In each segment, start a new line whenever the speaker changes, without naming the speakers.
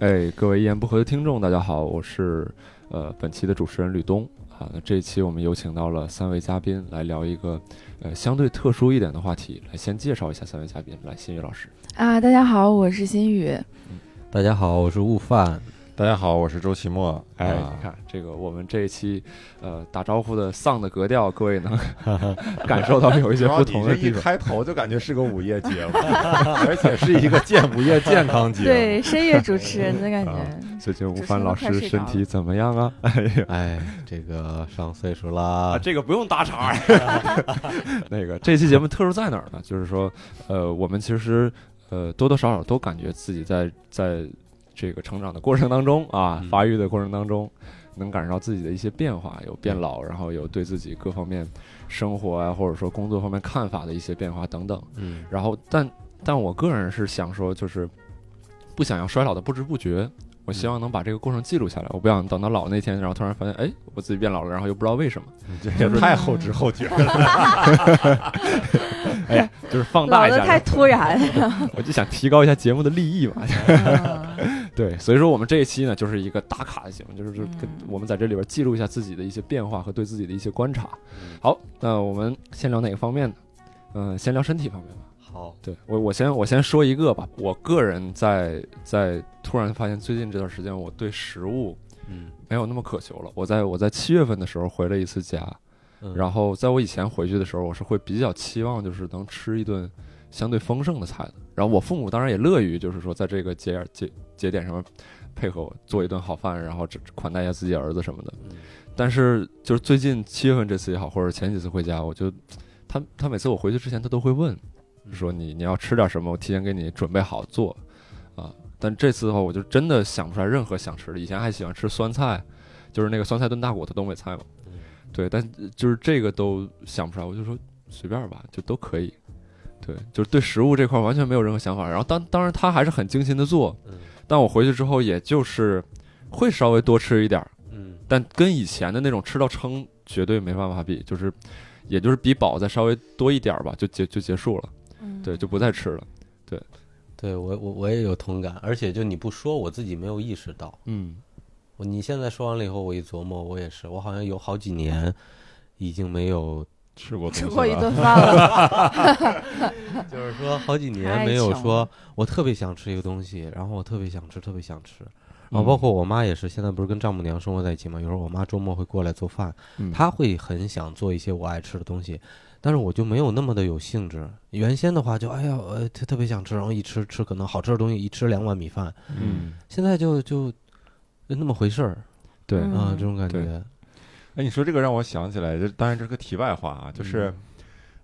哎，各位一言不合的听众，大家好，我是呃本期的主持人吕东啊。那这一期我们有请到了三位嘉宾来聊一个呃相对特殊一点的话题，来先介绍一下三位嘉宾，来新宇老师。
啊，大家好，我是心雨。
大家好，我是 悟饭。
大家好，我是周奇墨。
哎，
啊
你看这个我们这一期呃打招呼的丧的格调，各位 能感受到有一些不同的
你这
地
一
方。
开头就感觉是个午夜节 目，而且是一个健午夜健康节目。
对，深夜主持人的感觉。
啊
最近吴
主持
凡
人
老
快
师
睡
身
着
体
了
怎么样啊？哎呀，
哎，这个上岁数啦，
啊这个不用打岔。那个这期节目特殊在哪儿呢？就是说，呃，我们其实呃多多少少都感觉自己在在这个成长的过程当中啊，
嗯
发育的过程当中，能感受到自己的一些变化，有变老，然后有对自己各方面生活啊，或者说工作方面看法的一些变化等等。
嗯
然后，但但我个人是想说，就是不想要衰老的不知不觉。我希望能把这个过程记录下来，我不想等到老那天，然后突然发现，哎，我自己变老了，然后又不知道为什么。
你这也太后知后觉了。
哎呀，就是放
老
大一
的
下，
太突然了。
我就想提高一下节目的利益嘛。
嗯
对，所以说我们这一期呢，就是一个打卡的节目，就是
嗯
跟我们在这里边记录一下自己的一些变化和对自己的一些观察。
嗯
好，那我们先聊哪个方面呢？嗯、先聊身体方面吧。
好，
对我，我先我先说一个吧。我个人在在突然发现，最近这段时间我对食物
嗯，
没有那么渴求了。我在我在七月份的时候回了一次家，
嗯
然后在我以前回去的时候，我是会比较期望就是能吃一顿相对丰盛的菜的。然后我父母当然也乐于就是说在这个节节节点上面配合我做一顿好饭，然后这款待一下自己儿子什么的
嗯。
但是就是最近七月份这次也好，或者前几次回家，我就他他每次我回去之前，他都会问
嗯
说你你要吃点什么，我提前给你准备好做啊。但这次的话，我就真的想不出来任何想吃的。以前还喜欢吃酸菜，就是那个酸菜炖大骨头，东北菜嘛。
嗯
对，但呃就是这个都想不出来，我就说随便吧，就都可以。对，就是对食物这块完全没有任何想法。然后当当然他还是很精心的做，
嗯
但我回去之后也就是会稍微多吃一点儿，
嗯
但跟以前的那种吃到撑绝对没办法比，就是也就是比饱再稍微多一点儿吧，就结就结束了。对，就
嗯
不再吃了。
对我我我也有同感，而且就你不说，我自己没有意识到。
嗯
我你现在说完了以后，我一琢磨，我也是，我好像有好几年已经没有，
吃过东西
吃
了
过一顿饭 了。
就是说好几年
太
没有
巧
说
了
我特别想吃一个东西，然后我特别想吃，特别想吃。然
嗯
后包括我妈也是，现在不是跟丈母娘生活在一起嘛，有时候我妈周末会过来做饭，
嗯
他会很想做一些我爱吃的东西，但是我就没有那么的有兴致。原先的话就哎呀，呃，特特别想吃，然后一吃吃可能好吃的东西，一吃两碗米饭。
嗯，
现在就就就那么回事儿
对，
嗯
啊，这种感觉
对。
哎，你说这个让我想起来，这当然这是个题外话啊，就是。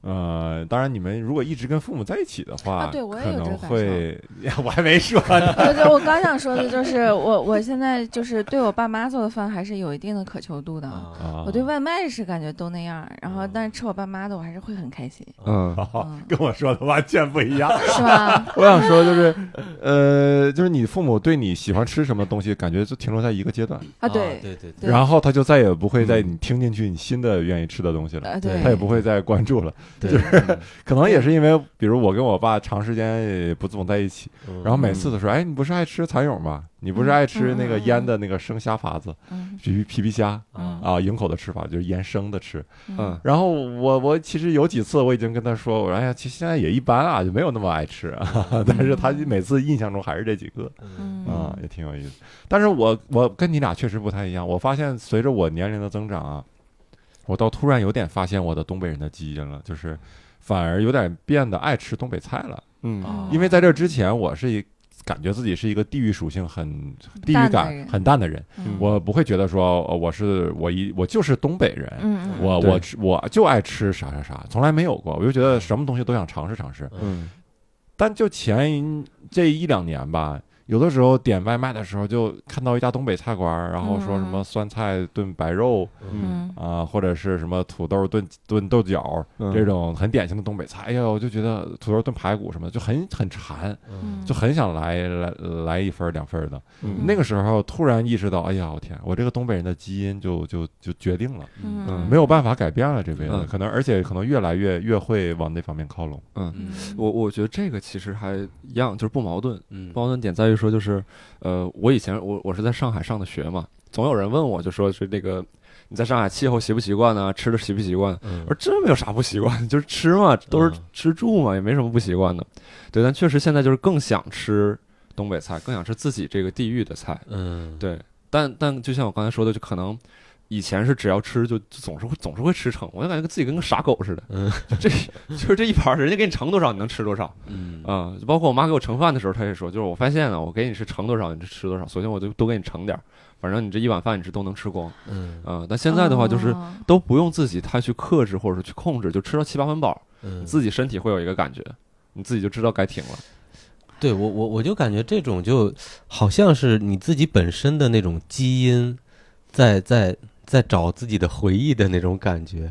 呃，当然，你们如果一直跟父母在一起的话，
啊对我也
可
有这
能
个感
会， 我还没说 呢。
我就我刚想说的就是，我我现在就是对我爸妈做的饭还是有一定的渴求度的。
啊，
啊
我对外卖是感觉都那样，然后
嗯
但是吃我爸妈的我还是会很开心，
嗯
好
嗯
跟我说的完全不一样。
是吧？啊
我想说 就是，呃，就是你父母对你喜欢吃什么东西，感觉就停留在一个阶段，
啊，
对
对，
对对
对
然后他就再也不会在你听进去你新的愿意吃的东西了，
呃，
对
对，
他也不会再关注了。
对，
可能也是因为，比如我跟我爸长时间也不总在一起，
嗯
然后每次都说，哎，你不是爱吃蚕蛹吗？你不是爱吃那个腌的那个生虾法子，
嗯
皮皮皮虾
啊
啊，营口的吃法就是腌生的吃。
嗯
嗯，
然后我我其实有几次我已经跟他说，我说哎呀，其实现在也一般啊，就没有那么爱吃啊。但是他每次印象中还是这几个
嗯
嗯
啊，也挺有意思。但是我我跟你俩确实不太一样，我发现随着我年龄的增长啊，我倒突然有点发现我的东北人的基因了，就是反而有点变得爱吃东北菜了。
嗯
啊
因为在这之前，我是一感觉自己是一个地域属性很地域
淡的
感
人
很淡的人，
嗯
我不会觉得说呃我是我一我就是东北人，
嗯，嗯
我
对
我吃我就爱吃啥啥啥，从来没有过。我就觉得什么东西都想尝试尝试。
嗯
但就前这一两年吧，有的时候点外卖的时候，就看到一家东北菜馆儿，然后说什么酸菜炖白肉
嗯
嗯
啊、或者是什么土豆炖炖豆角
嗯
这种很典型的东北菜。哎呀，我就觉得土豆炖排骨什么的就很很馋，
嗯
就很想来来来一份儿两份儿的。
嗯
那个时候突然意识到，哎呀，我天，我这个东北人的基因就就就决定了。
嗯
嗯
没有办法改变了这辈子
嗯，
可能而且可能越来越越会往那方面靠拢。
嗯，
嗯
我我觉得这个其实还一样，就是不矛盾。
嗯
矛盾点在于一说，就是呃，我以前我我是在上海上的学嘛，总有人问我就说是那个你在上海气候习不习惯呢、吃的习不习惯？
嗯
我说这没有啥不习惯， 就是吃嘛，都是
嗯
吃住嘛，也没什么不习惯的。对，但确实现在就是更想吃东北菜，更想吃自己这个地域的菜。
嗯，
对，但但就像我刚才说的，就可能以前是只要吃就就总是会总是会吃撑，我就感觉自己跟个傻狗似的。
嗯，
这就是这一盘儿，人家给你盛多少，你能吃多少
嗯
啊、就包括我妈给我盛饭的时候，她也说，就是我发现了，我给你是盛多少，你就吃多少，索性我就多给你盛点儿，反正你这一碗饭你是都能吃光啊、
嗯
但现在的话就是
哦
都不用自己太去克制或者是去控制，就吃到七八分饱，
嗯，
你自己身体会有一个感觉，你自己就知道该停了。
对我我我就感觉这种就好像是你自己本身的那种基因在在在找自己的回忆的那种感觉，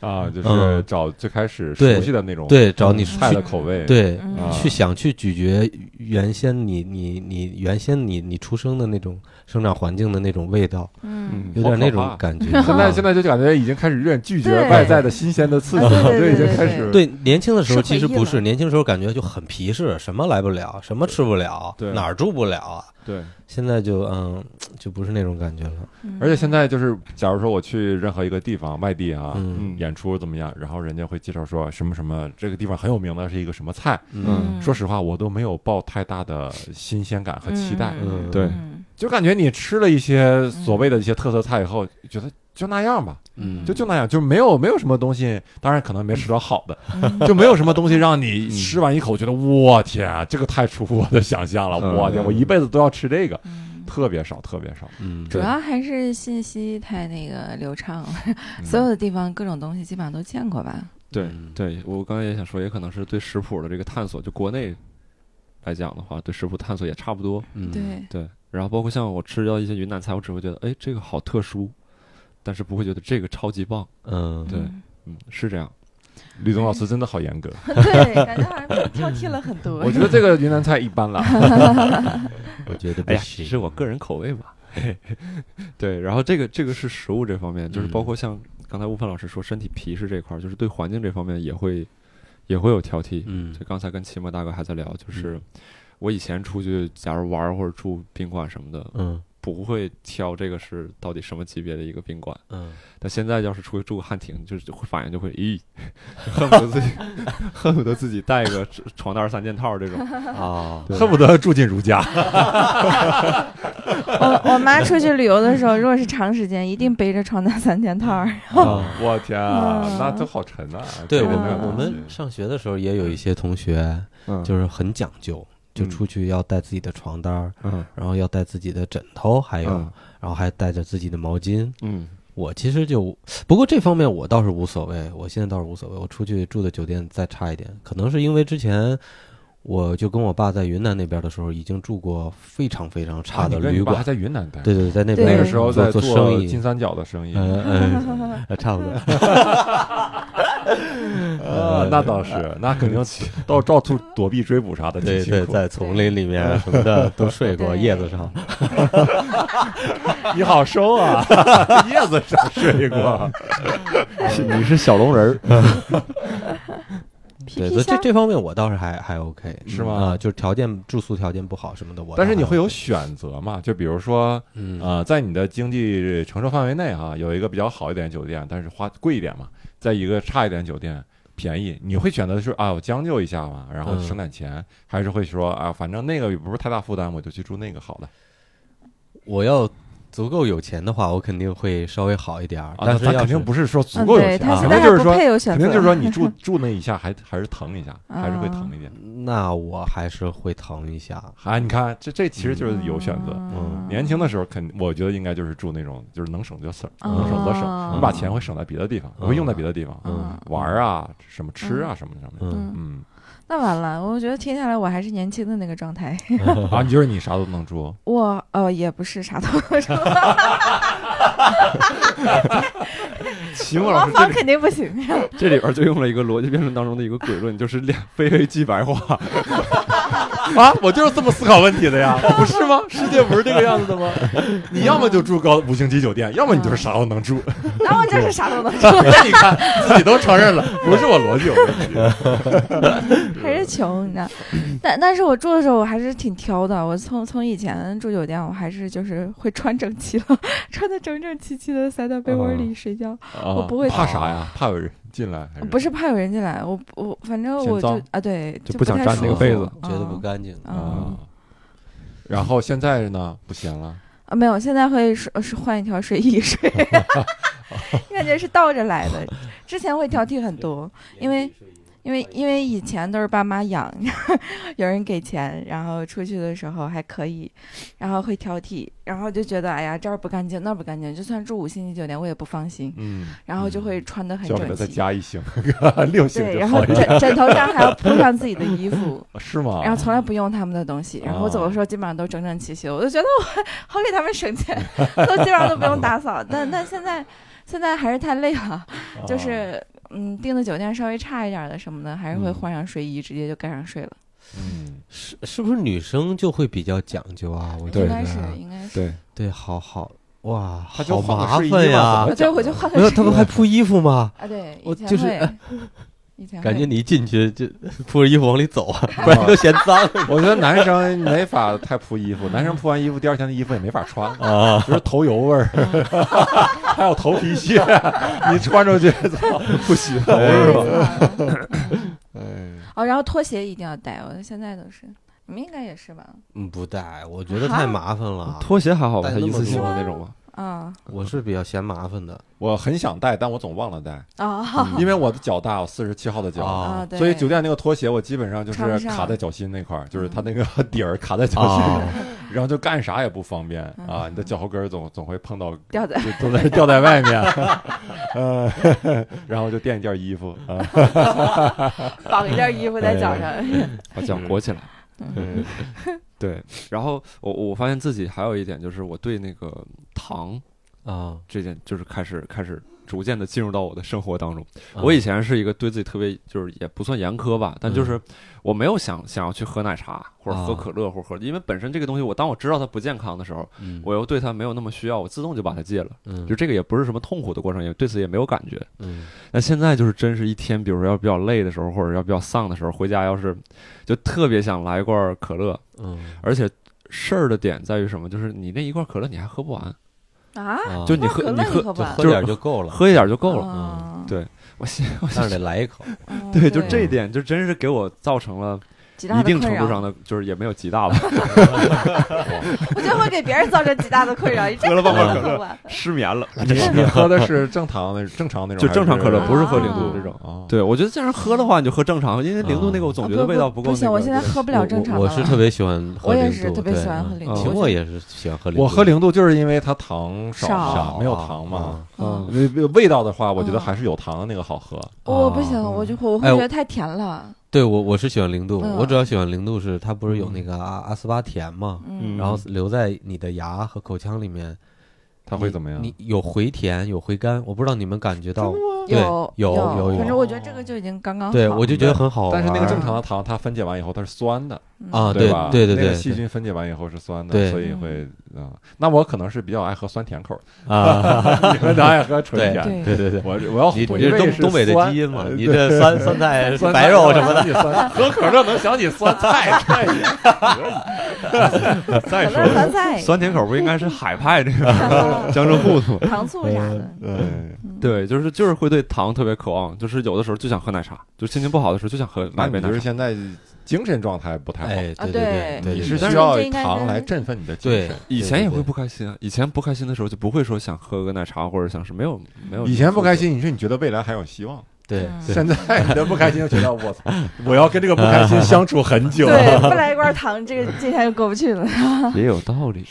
啊，就是
嗯
找最开始
对
熟悉的那种
对，找你
嗯
去
菜的口味，
对
嗯
啊
去想去咀嚼原先你你你原先你你出生的那种生长环境的那种味道，
嗯，
有点
好
那
可怕
种感觉。啊
现在现
在
在就感觉已经开始有点拒绝
对
外在的新鲜的刺激，
啊对对
就已经
对
开
对
始
对年轻的时候其实不
是回忆
是，
了
年轻时候感觉就很皮实，什么来不了，什么吃不了，
对
哪儿住不了啊。
对，
现在就嗯，就不是那种感觉了。
嗯
而且现在就是，假如说我去任何一个地方，外地啊，
嗯
嗯，
演出怎么样，然后人家会介绍说什么什么，这个地方很有名的是一个什么菜。
嗯
说实话，我都没有抱太大的新鲜感和期待，
嗯
对
嗯
就感觉你吃了一些所谓的一些特色菜以后，觉得就那样吧，
嗯
就就那样，就没有没有什么东西，当然可能没吃着好的，
嗯
就没有什么东西让你吃完一口觉得我天啊，这个太出乎我的想象了，
嗯
我天，我一辈子都要吃这个，
嗯
特别少，特别少。
嗯，
主要还是信息太那个流畅了，
嗯
所有的地方各种东西基本上都见过吧？
对
嗯
对，我刚才也想说，也可能是对食谱的这个探索，就国内来讲的话，对食谱探索也差不多。
嗯，
对，
对，然后包括像我吃到一些云南菜，我只会觉得，哎，这个好特殊，但是不会觉得这个超级棒。
嗯，
对
嗯
嗯，是这样。
吕总老师真的好严 格，
对，感觉好像被挑剔了很多。
我觉得这个云南菜一般啦。
我觉得不
哎呀，只
行。
是我个人口味 吧。对，然后这个这个是食物这方面，就是包括像刚才悟饭老师说身体皮实这块儿，就是对环境这方面也会也会有挑剔。
嗯
就刚才跟齐墨大哥还在聊，就是我以前出去，假如玩儿或者住宾馆什么的，
嗯
不会挑这个是到底什么级别的一个宾馆。
嗯，
但现在要是出去住个汉庭，就是会反应就会，咦，恨不得自己恨不得自己带个床单儿三件套儿这种。
啊，
恨不得住进儒家。
哦我我妈出去旅游的时候，如果是长时间，一定背着床单三件套儿。
嗯
啊
我天啊，
嗯
那这好沉啊！
对
这
我
个没
们
有
我们上学的时候也有一些同学
嗯
就是很讲究，就出去要带自己的床单儿，
嗯
然后要带自己的枕头，还有
嗯
然后还带着自己的毛巾。
嗯
我其实就不过这方面我倒是无所谓，我现在倒是无所谓。我出去住的酒店再差一点，可能是因为之前我就跟我爸在云南那边的时候已经住过非常非常
啊
差的
啊你跟你
旅
爸
馆
还。在云南待，
对对，对在那边
对
那个时候在
做生
金
意，
三角的生意。
嗯嗯，呃差不多。嗯
呃，那倒 是，那肯定 到到处躲避追捕啥的，挺
对
辛
对，
苦。
在丛林里面什么 的都睡过，
对
叶子上。
你好收啊， 叶子上睡过。
你是小龙人儿，
皮 皮
对，所以这
虾，
这方面我倒是还还 OK，
是吗
啊，就是条件住宿条件不好什么的，我倒
但是你会有
还
选择嘛？就比如说，
嗯
呃，在你的经济承受范围内哈，有一个比较好一点的酒店，但是花贵一点嘛；在一个差一点的酒店便宜，你会选择是啊，我将就一下嘛，然后
嗯
省点钱，还是会说啊，反正那个也不是太大负担，我就去住那个好了。
嗯
我要足够有钱的话，我肯定会稍微好一点儿，
啊，
但
那
是
咱
要
肯定
是
不是说足
嗯，
够有
对，
钱
他
啊，
现
肯
在
定
还
就是说
不，配有选
肯
择，
定就是说你住住那一下还还是疼一下，还是会疼一
嗯
点。
那我还是会疼一下。
啊，你看这这其实就是有选择。
嗯
年轻的时候肯，我觉得应该就是住那种就是能省就省，
嗯
能省则省，
嗯
你把钱会省在别的地方，
嗯
会用在别的地方，
嗯
玩儿啊，什么吃啊，什么什么。
嗯，
嗯，
嗯
那完了，我觉得听下来我还是年轻的那个状态。
啊，你就是你啥都能住，
我呃也不是 啥都能说，
秦墨老
模
师这
仿
里
肯定不行。
这里边就用了一个逻辑辩论当中的一个诡论，就是两非黑即白话，
啊，我就是这么思考问题的 呀，不是吗？世界不是这个样子的吗？ 你要么就住高五星级酒店，要么你就是啥都能住。
那我真是啥 都能做，
嗯 那你看自己都承认了， 嗯不是我逻辑有问题。
还是穷，你知道。但但是我住的时候我还是挺挑的，我从从以前住酒店，我还是就是会穿整齐了，穿的整整齐齐的，塞到被窝
啊
里睡觉。
我
不会
啊怕啥呀？怕有人进来还是？
不是怕有人进来，我我反正我
嫌脏
就啊对，
就
就
不想
太
占
舒
那个
服
被子
觉得不
嗯
干净。
嗯
啊。然后现在呢，不行了，
啊，没有，现在会是呃是换一条睡衣 睡，感觉是倒着来的。之前会挑剔很多，因为因为因为以前都是爸妈养， 有人给钱，然后出去的时候还可以，然后会挑剔，然后就觉得哎呀这儿不干净那儿不干净，就算住五星级酒店我也不放心，
嗯，
然后就会穿的很
就要给他
整
再
齐。
加一星， 六星
对，
就
然后
好一点，
枕枕头上还要铺上自己的衣服，
是
啊
吗？
然后从来不用他们的东西，然后我走的时候基本上都整整齐齐的，我就觉得我 好给他们省钱， 都基本上都不用打扫。但但现在现在还是太累了，就
啊
是嗯订的酒店稍微差一点的什么的，还是会
嗯
换上睡衣直接就盖上睡了。
嗯，
是是不是女生就会比较讲究啊？我觉
应
得
该是应该是。
对，
对，好好哇，
他就
好
换
麻
个睡衣
烦
嘛
呀
怎么！
啊，对，我就换
没
个
有，
睡
他们
衣
还铺衣服吗？
啊，对，以
我
前
就是
会，以前
感觉
会
你一进去就 铺着衣服往里走啊，不 然都嫌脏
我觉得男生没法太铺衣服，男生铺完衣服第二天的衣服也没法穿，
啊。
只是头油味儿，
嗯
还有头皮屑，你穿出去操 不行，是吧？ 哎，
啊哦，然后拖鞋一定要带，我现在都是，你们应该也是吧？
嗯，不带，我觉得太麻烦 了。
拖鞋还好吧？
带
它
那
一
么
次性的
多
那种吗？
啊
我是比较嫌麻烦的，
我很想带，但我总忘了带，
啊
因为我的脚大，我四十七号的脚。
啊
啊！对，
所以酒店那个拖鞋，我基本上就
穿
是
不上嗯
卡在脚心那块儿，就是它那个 底儿卡在脚心，
啊，
然后就干啥也不方便
嗯
啊！你的脚后跟儿总总会碰到
掉在
就都在掉在 外面，呃，然后就垫一件衣服啊。
绑一件衣服
哎
在脚上。
把脚裹起来。
嗯
对，然后我我发现自己还有一点就是我对那个糖
啊，
这件就是开始开始逐渐的进入到我的生活当中。
嗯
我以前是一个对自己特别就是也不算严苛吧，但就是我没有想想要去喝奶茶或者喝
啊
可乐或者喝，因为本身这个东西我当我知道它不健康的时候，
嗯
我又对它没有那么需要，我自动就把它戒了。
嗯
就这个也不是什么痛苦的过程，也对此也没有感觉。
嗯
那现在就是真是一天，比如说要比较累的时候，或者要比较丧的时候，回家要是就特别想来一罐可乐，
嗯
而且事儿的点在于什么？就是你那一罐可乐你还喝不完，
啊，
啊，
就你
那
喝
可乐
你
你
喝
喝不
就
完
喝
是
点就够了，
喝一点就够
哦
了。嗯
了
对我现我
但是得来一口。
对，就这一点就真是给我造成了一定程度，
哦极大的困
上
扰
的，就是也没有极大吧，
我就会给别人造成极大的 困扰。你这
喝了半罐可
乐
乐
吧，
失眠了，
你你喝的是正常的正常那啊种
就
还是，
正常可乐，不是喝
啊
零度这种。
啊，
对，我觉得这样喝的话，你就喝正常，因为零度那个我总觉得味道
啊不
够那个。
行，我现在喝不了正常的
我。我是特
别
别喜欢喝
我
零度，
也是特别
对
喜欢喝零
度
秦我也是喜欢喝零度，啊
我喝零度就是因为它糖少
少
嘛，没有糖嘛。
嗯
啊
那那味道的话，我觉得
嗯
还是有糖的那个好喝。
我不行，我
嗯
就我会
哎
觉
我
得太甜了。
对我我是喜欢零度，
嗯
我主要喜欢零度是它不是有那个阿阿斯巴甜嘛，
嗯，
然后留在你的牙和口腔里面，
它会怎么样
你？你有回甜有回甘，我不知道你们感觉到，对
有
有有有
反正我觉得这个就已经刚刚好。
对我就觉得很好玩
但
儿。
是那个正常的糖，它分解完以后它是酸的，
嗯
啊对
吧？
对对
那个
对
细菌分解完以后是酸的，
对
所以会啊。那我可能是比较爱喝酸甜口的，
啊，
你们哪爱喝纯甜？
对
对对 对，
我我要
你
回
你
味
东
是
东北的
酸
基因嘛
呃，
你
对
这酸酸 菜白肉什么的，
的，喝可乐能想起酸菜，
再
可
说
乐
了
和菜、
酸甜口不应该是海派这个
啊
江浙沪的吗？
糖醋啥的。
嗯，
对，就是就是会对糖特别渴望，就是有的时候就想喝奶茶，就心情不好的时候就想喝
那
买
你
杯
就是
奶茶。
现在精神状态不太好，
哎，
啊
对
对
对对，
你是
对
需要
但是这应该
糖
跟
来振奋你的精
对
神。
以前也
对
会
对
不开心啊，以前不开心的时候就不会说想喝个奶茶或者想是没有没有。
以前不开，心，你是你觉得未来还有希望，
对
嗯
对
现在你的不开心就觉得我操，我要跟这个不开心相处很久。
对，
啊
不来一罐糖，这个今天就过 不去了。
也有道理。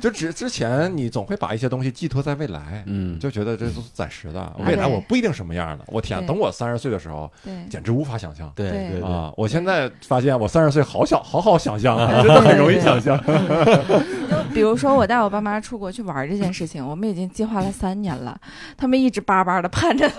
就之之前你总会把一些东西寄托在未来，
嗯，
就觉得这都是暂时的，
嗯
未来
对
我不一定什么样的。我天，啊
对
等我三十岁的时候，
对，
简直无法想象。
对
对
对对
啊！我现在发现我三十岁好想好好想 象，啊，真的很容易想象。
比如说，我带我爸妈出国去玩儿这件事情，我们已经计划了三年了，他们一直巴巴的盼着，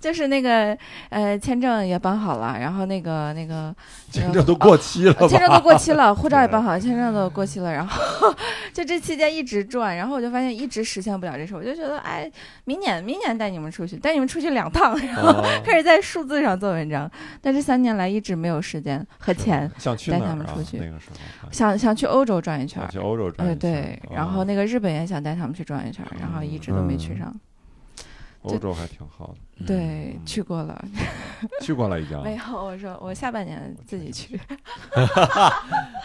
就是那个呃签证也办好了，然后那个那个
签证都过期了吧？
签证都过期了，护照也办好，签证都过期了，然后 就这期间一直转，然后我就发现一直实现不了这事，我就觉得哎，明年明年带你们出去，带你们出去两趟，然后
哦
开始在数字上做文章，但这三年来一直没有时间和钱，
想去
带
哪
他
儿
们
啊
出去
那个时候哎
想想去欧洲转一圈
想
儿，
去欧洲转
呃
一圈，啊
对，然后那个日本也想带他们去转一圈
嗯
儿，然后一直都没去
嗯
上，
欧洲还挺好的，
对，
嗯
去过了，
去过了已经。
没有，我说我下半年自己去。
啊，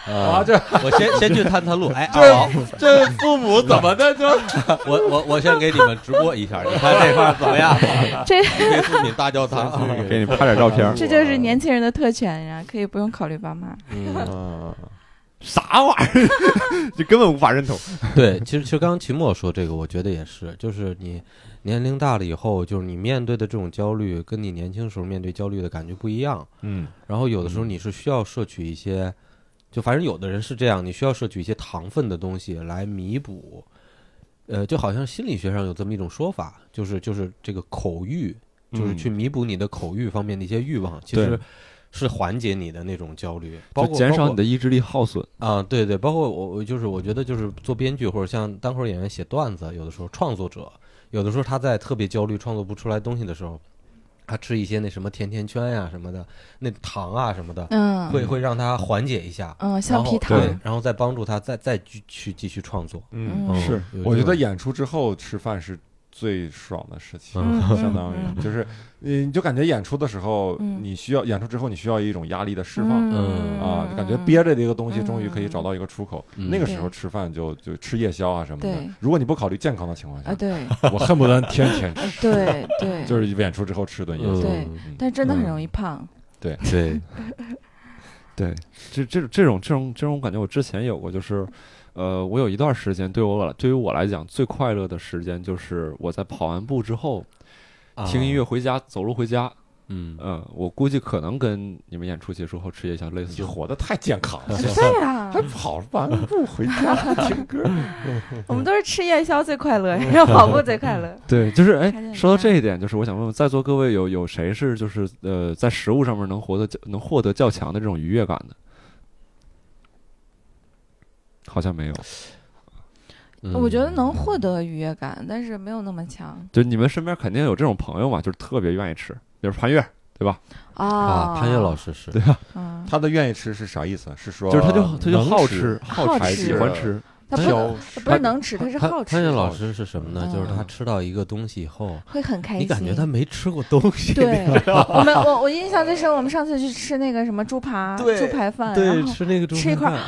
啊，
这
我先先去探探路。 哎，
这
二毛，
这父母怎么的就
我我我先给你们直播一下，你看这块儿怎么 样？
这
这是你大教堂，
给你拍点照片儿
这就是年轻人的特权呀、可以不用考虑爸妈。
嗯，
嗯
啥玩意儿？ 就根本无法认同。
对，其实其实刚刚秦墨说这个，我觉得也是，就是你年龄大了以后，就是你面对的这种焦虑，跟你年轻时候面对焦虑的感觉不一样。
嗯
然后有的时候你是需要摄取一些，就反正有的人是这样，你需要摄取一些糖分的东西来弥补。呃，就好像心理学上有这么一种说法，就是就是这个口欲，就是
嗯
去弥补你的口欲方面的一些欲望，其
对
实是缓解你的那种焦虑，包
就
括
减
包
少
括
你的意志力耗损。
啊，对对，包括我，我就是我觉得就是做编剧或者像单口演员写段子，有的时候创作者，有的时候他在特别焦虑创作不出来东西的时候，他吃一些那什么甜甜圈呀、什么的，那糖啊什么的，
嗯
会会让他缓解一下，
嗯，
然
橡
后
皮糖
对，然后再帮助他再再继去继续创作。
嗯，
嗯
是有
我
这
觉得
种
演出之后吃饭是最爽的事情。
嗯
相当
嗯
于就是，你就感觉演出的时候，
嗯
你需要演出之后，你需要一种压力的释放
嗯
啊，
嗯
感觉憋着的一个东西，
嗯
终于可以找到一个出口。
嗯
那个时候
对
吃饭就就吃夜宵啊什么的
对。
如果你不考虑健康的情况
啊，
下，
对
我恨不得天天吃，
对对，
就是嗯演出之后吃顿夜宵。
对
嗯
但真的很容易胖。
对，
对，这这这种这种这种感觉，我之前有过，就是，呃，我有一段时间，对我对于我来讲，最快乐的时间就是我在跑完步之后，听音乐，回家，走路回家。
啊嗯，
嗯，我估计可能跟你们演出结束后吃夜宵类
你
似。
活得太健康 了，
哎对呀
还，跑完步回家听歌。
我们都是吃夜宵最快乐， 然后跑步最快
嗯
乐。
对，就是
还是
哎，
很
说到
快
这一点，就是我想问问在座各位有有谁是就是呃在食物上面能活得较能获得较强的这种愉悦感的？好像没有，
嗯
嗯
我觉得能获得愉悦感，但是没有那么强
就你们身边肯定有这种朋友嘛，就是特别愿意吃，比如潘越，对吧？
啊，潘越老
师，
师是
对
嗯，
他的愿意吃是啥意思？是说
就是他就他就
能
好
吃
吃，
好
吃，
吃
喜欢 吃，
他不
挑
能不是能吃，他是
潘
好吃
潘越，老师是什么呢？就是他
嗯
吃到一个东西以后，
会很开心。
你感觉他没啊吃过东西，
对， 我们我我印象最深，我们上次去吃那个什么猪扒
对
猪排饭，然
对，
后
吃那个中
吃一
餐
块儿
饭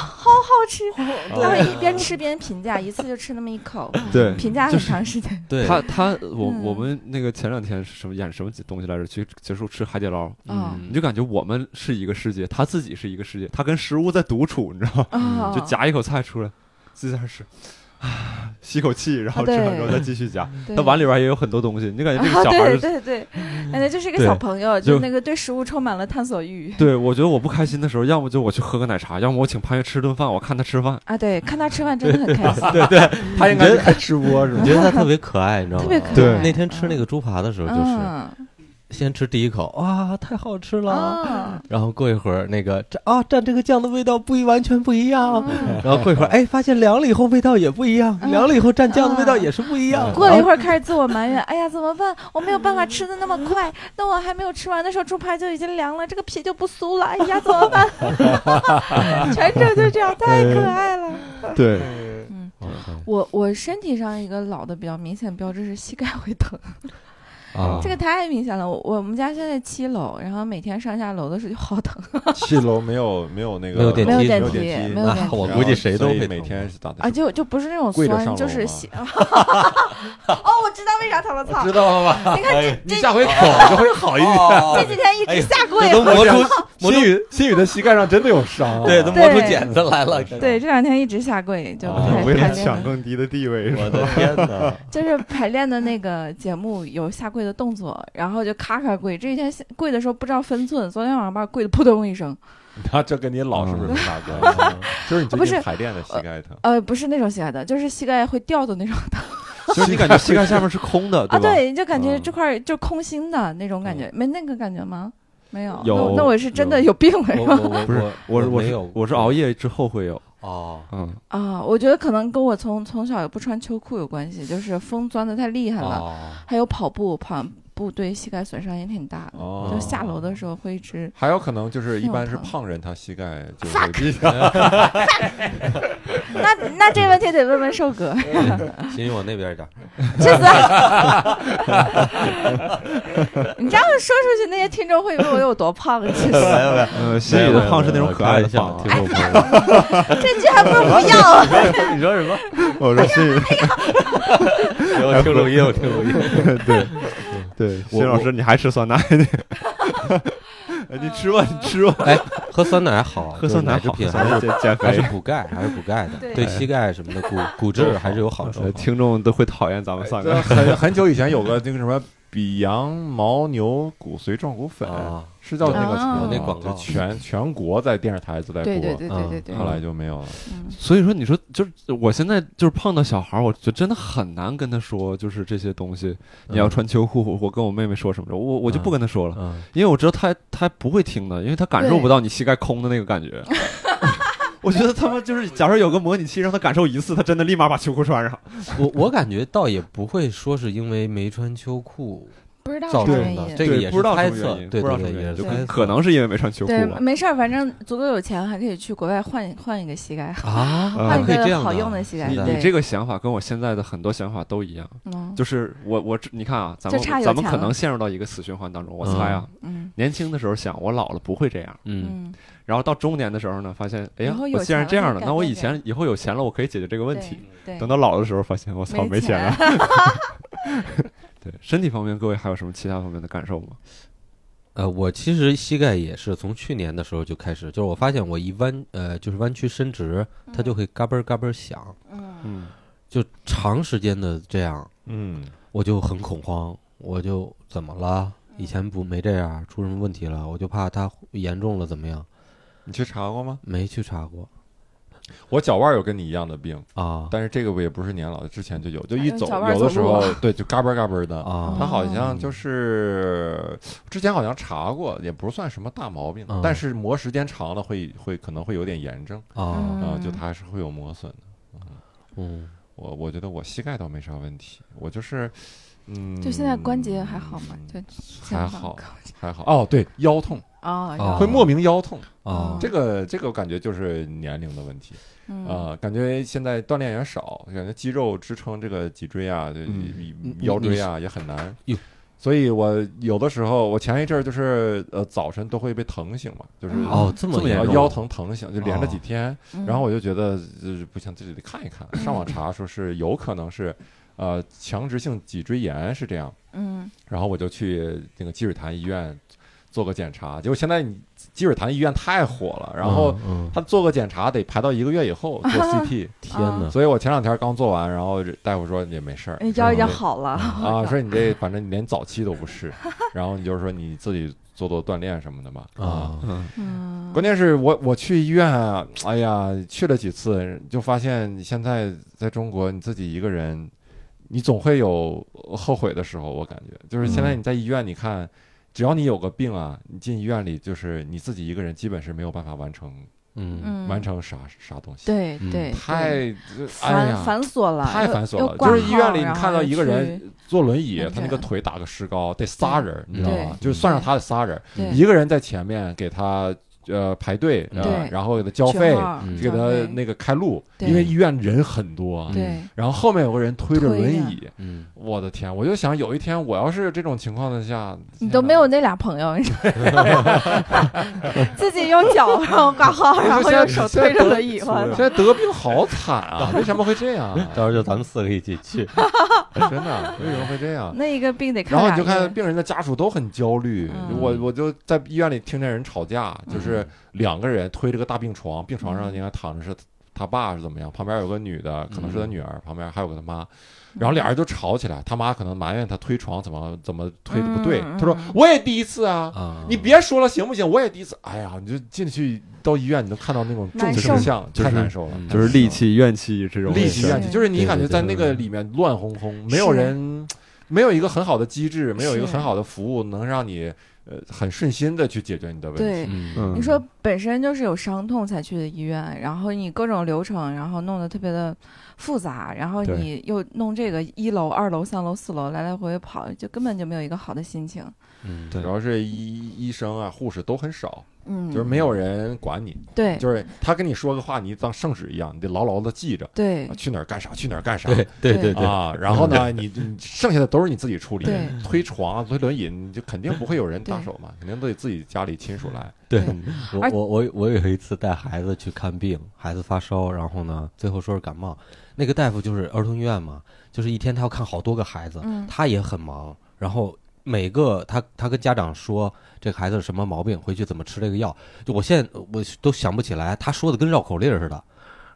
好吃，
啊
他会一边吃边评价，一次就吃那么一口，
啊对
评价
就
很
是
长时间。
对，
他他我
嗯
我们那个前两天是什么演什么东西来着？去结束吃海底捞，
嗯
你就感觉我们是一个世界，他自己是一个世界，他跟食物在独处，你知道吗？嗯
啊，
就夹一口菜出来，自己在那儿吃，啊，吸口气，然后吃完之后
对
再继续夹。
对
他碗里边也有很多东西，你就感觉这个
啊，
小孩儿
对
是。
对对， 感觉就是一个
对
小朋友，
就
就那个对食物充满了探索欲
对，我觉得我不开心的时候，要么就我去喝个奶茶，要么我请潘越吃顿饭，我看他吃饭。
啊。对，看他吃饭真的很 开心，
他应该是开吃播是
你
吧？
觉得他特别可爱，你知道吗？
特别可爱。
对
那天吃那个猪扒的时候，就是
嗯
先吃第一口，哇，太好吃了。
啊，
然后过一会儿，那个蘸啊蘸这个酱的味道不一完全不一样。
嗯
然后过一会儿，哎，发现凉了以后味道也不一样，
嗯
凉了以后蘸酱的味道也是不一样。
过了一
然后
会儿开始自我埋怨，哎呀，怎么办？我没有办法吃的那么快，那我还没有吃完的时候，猪排就已经凉了，这个皮就不酥了，哎呀，怎么办？全程就这样，太可爱了。
对，
嗯， 我我身体上一个老的比较明显的标志是膝盖会疼，
啊，
这个太明显了。我我们家现在七楼，然后每天上下楼的时候就好疼，
七楼没有没有那个
没有电梯
没有电
没有
梯，
电梯
没有
那
电梯。
嗯啊我估计谁都
所以
会
每
疼
天是打的
啊，就就不是那种
跪着
酸，
上
就
楼
是
吗
膝。 哦，我知道为啥疼了，操！
道了吧？
你看这
你下回口就 会好一
哎
点。
这几天一
哎呦
直下跪
这，都磨出磨
心
出
宇，心宇的膝盖上真的有伤啊，
对，都磨出茧子来了。
对，这两天一直下跪，就
啊
排
为
排练的，
更低的地位
我的天哪！
就是排练的那个节目有下跪的动作，然后就咔咔跪。这几天下跪的时候不知道分寸，昨天晚上把我跪的扑通一声，
那这跟你老是不是没啥关 系？就是你最
嗯不是呃
近排练的膝盖疼，
呃，不是那种膝盖疼，就是膝盖会掉的那种疼。
就是你感觉膝盖下面是空的，
啊，
吧？
对，就感觉
嗯
这块儿就空心的那种感觉，没那个感觉吗？没有，那
有
我那我是真的有病了是
我
吗？
我我
不是我是
我
我
没
是
有，
我是熬夜之后会有，
哦，
嗯，
啊，我觉得可能跟我从从小也不穿秋裤有关系，就是风钻的太厉害了，
哦
还有跑步，跑步对膝盖损伤也挺大的，
哦
呃就下楼的时候会一直
还有可能就是一般是
那种疼
胖人，他膝盖就会比较
那那这个问题得问问瘦哥，
先往那边一点儿。
这 次你这样说出去，那些听众会以为我有多胖，其实
嗯
呃，心里的胖是那种可爱的胖啊，
听众朋 友，
这句还不如不要。啊
你说什么？
我说
哎
是，
我听录音，我听录音。
对，
我
薛老师你还吃酸奶？ 哎你吃吧，你吃吧，
哎，喝酸奶好，啊
喝酸奶
就是奶
好，
制品还
酸奶
是
减减
还是
肥。
补钙，还是补钙的，
对
对膝盖什么的骨骨质还是有好处啊
呃。听众都会讨厌咱们三
这
个，
很很久以前有个那个什么比羊牦牛骨髓壮骨粉，
啊，
是叫那个词
啊
吗
哦有
那广告
就全全国在电视台都在播，
对对对对对对，
后来就没有了。
嗯
所以说你说就是我现在就是碰到小孩儿，我就真的很难跟他说，就是这些东西你要穿秋裤，我跟我妹妹说什么，我我就不跟他说了，
嗯，
因为我知道他他不会听的，因为他感受不到你膝盖空的那个感 觉。我觉得他们就是，假如有个模拟器让他感受一次，他真的立马把秋裤穿上。
我我感觉倒也不会说是因为没穿秋裤
不知道
造
什么
成
原
的，
因。
这个
对
也
不知
是
道
猜
什么
测
原因，
对
不知道
对
什么原
对，也
因，
是
就
猜测
可可能是因为没穿啊秋裤
对，
吧。
没事儿，反正足够有钱，还可以去国外换换一个膝盖，
啊，
换一
还可以这
个
样
好用的膝盖。
是的
你
对，
这个想法跟我现在的很多想法都一样，
嗯
就是我我只你看啊，咱
就
们
差有
咱们
钱
可
了
能陷入到一个死循环当中。我猜啊，
嗯
年轻的时候想我老了不会这样，
嗯，
嗯，
然后到中年的时候呢，发现哎
以
呀
后，有
我既然
钱了
这样
可以
了，
改
那我
变
以前以后有钱了，我可以解决这个问题。
对
等到老的时候，发现我操
哎没
没钱
钱
了。 对身体方面，各位还有什么其他方面的感受吗？
呃，我其实膝盖也是从去年的时候就开始，就是我发现我一弯，呃，就是弯曲伸直，它就会嘎嘣儿嘎嘣儿响，
嗯
嗯，
就长时间的这样，
嗯，
我就很恐慌，我就怎么了？以前不没这样，出什么问题了？我就怕它严重了怎么样？
你去查过吗？
没去查过
我脚腕有跟你一样的病，
啊
但是这个我也不是年老，之前就有，就
哎
一
用
走
脚腕
有的时
走路啊
候对就嘎嘣儿嘎嘣儿的。它
啊
嗯
好像就是之前好像查过，也不算什么大毛病，
嗯
但是磨时间长了会会可能会有点炎症
啊
啊、
嗯
就它还是会有磨损的。
嗯，
我我觉得我膝盖倒没啥问题，我就是嗯，
就现在关节还好吗？就
还好还好哦，对腰痛
啊，
哦
会莫名腰痛，
啊
这个这个我感觉就是年龄的问题
嗯
啊、感觉现在锻炼也少，感觉肌肉支撑这个脊椎啊、这
嗯
腰椎啊也很难
哟。
所以我有的时候，我前一阵儿就是呃早晨都会被疼醒嘛，就是
嗯
哦这么
这么严
啊
重
腰疼疼醒，就连着几
哦
天。
嗯
啊然后我就觉得就是不行，这就得看 一看。上网查说是有可能是，呃，强直性脊椎炎是这样。
嗯
然后我就去那个积水潭医院做个检查，结果现在你积水潭医院太火了，然后
嗯嗯
他做个检查得排到一个月以后做 CT，、
天哪，
所以我前两天刚做完，然后大夫说也没事儿
哎，腰已经
说
好了
啊，说你这反正你连早期都不是，然后你就是说你自己做做锻炼什么的吧啊。
啊
嗯，
嗯，
关键是我我去医院啊，哎呀，去了几次，就发现你现在在中国你自己一个人，你总会有后悔的时候。我感觉就是现在你在医院，你看，只要你有个病啊，你进医院里就是你自己一个人，基本是没有办法完成、
嗯
嗯
完成啥啥东西，
对
嗯
对
太这哎
繁
呀。
繁琐了，
太
又
繁琐
又
了，
挂
就是医院里
号
你看到一个，
然后
人坐轮椅
门，
他那个
诊
腿打个石膏，得仨人儿，你知道
对
吗？就是算上
对
他得仨人儿，
又去
一个人在前面给他呃排队，呃
对，
然后给他交
对
费
群，号
嗯
给
交
他
费
那个嗯开路，
对
因为医院人很多，啊
对
然后后面有个人推着
推
轮
着
椅，
嗯，
我的天，我就想有一天我要是这种情况的下，
你
天
都
哪
没有。那俩朋友，你知 道吗自己用脚然后挂号，然后用手推着轮椅，我
啊现
操
在得病好惨啊！为什么会这样 啊？
到时候就咱们四个一起去，
真的，为什么会这样？
那一个病得看
然后
俩
你就
人，
看病人的家属都很焦虑，
嗯
我我就在
嗯
医院里听见人吵架，就是两个人推着个大病床，病床上应该躺着是他爸是怎么样，旁边有个女的，可能
嗯
是他女儿，旁边还有个他妈，然后俩人就吵起来，他妈可能埋怨他推床怎么怎么推的不对，
嗯嗯
他说我也第一次啊，
啊，
你别说了行不行？我也第一次，哎呀，你就进去到医院，你能看到那种重
难
形
受
象，
就是
太难受了，
嗯
就是戾气、怨气这种
戾气
事儿
怨气，就是你
对
感觉
对
在
对
那
对
个里面乱哄哄，没有人，没有一个很好的机制，没有一个
是
很好的服务能让你呃很顺心的去解决你的问题。
对，
嗯
你说本身就是有伤痛才去的医院，然后你各种流程，然后弄得特别的复杂，然后
对
你又弄这个一楼、二楼、三楼、四楼来来回回跑，就根本就没有一个好的心情。
嗯，
对
主要是医医生啊、护士都很少，
嗯，
就是没有人管你，
对
就是他跟你说个话，你当圣旨一样，你得牢牢的记着，
对
啊去哪儿干啥，去哪儿干啥。
对对对
对
对，
啊，然后呢，你你 剩下的都是你自己处理
对，
推床啊、推轮椅，你就肯定不会有人搭
对
手嘛，肯定都得自己家里亲属来。
对
对
嗯我
而
我我我有一次带孩子去看病，孩子发烧，然后呢，最后说是感冒。那个大夫就是儿童医院嘛，就是一天他要看好多个孩子，
嗯
他也很忙，然后。每个他他跟家长说这个孩子是什么毛病，回去怎么吃这个药，就我现在我都想不起来，他说的跟绕口令似的，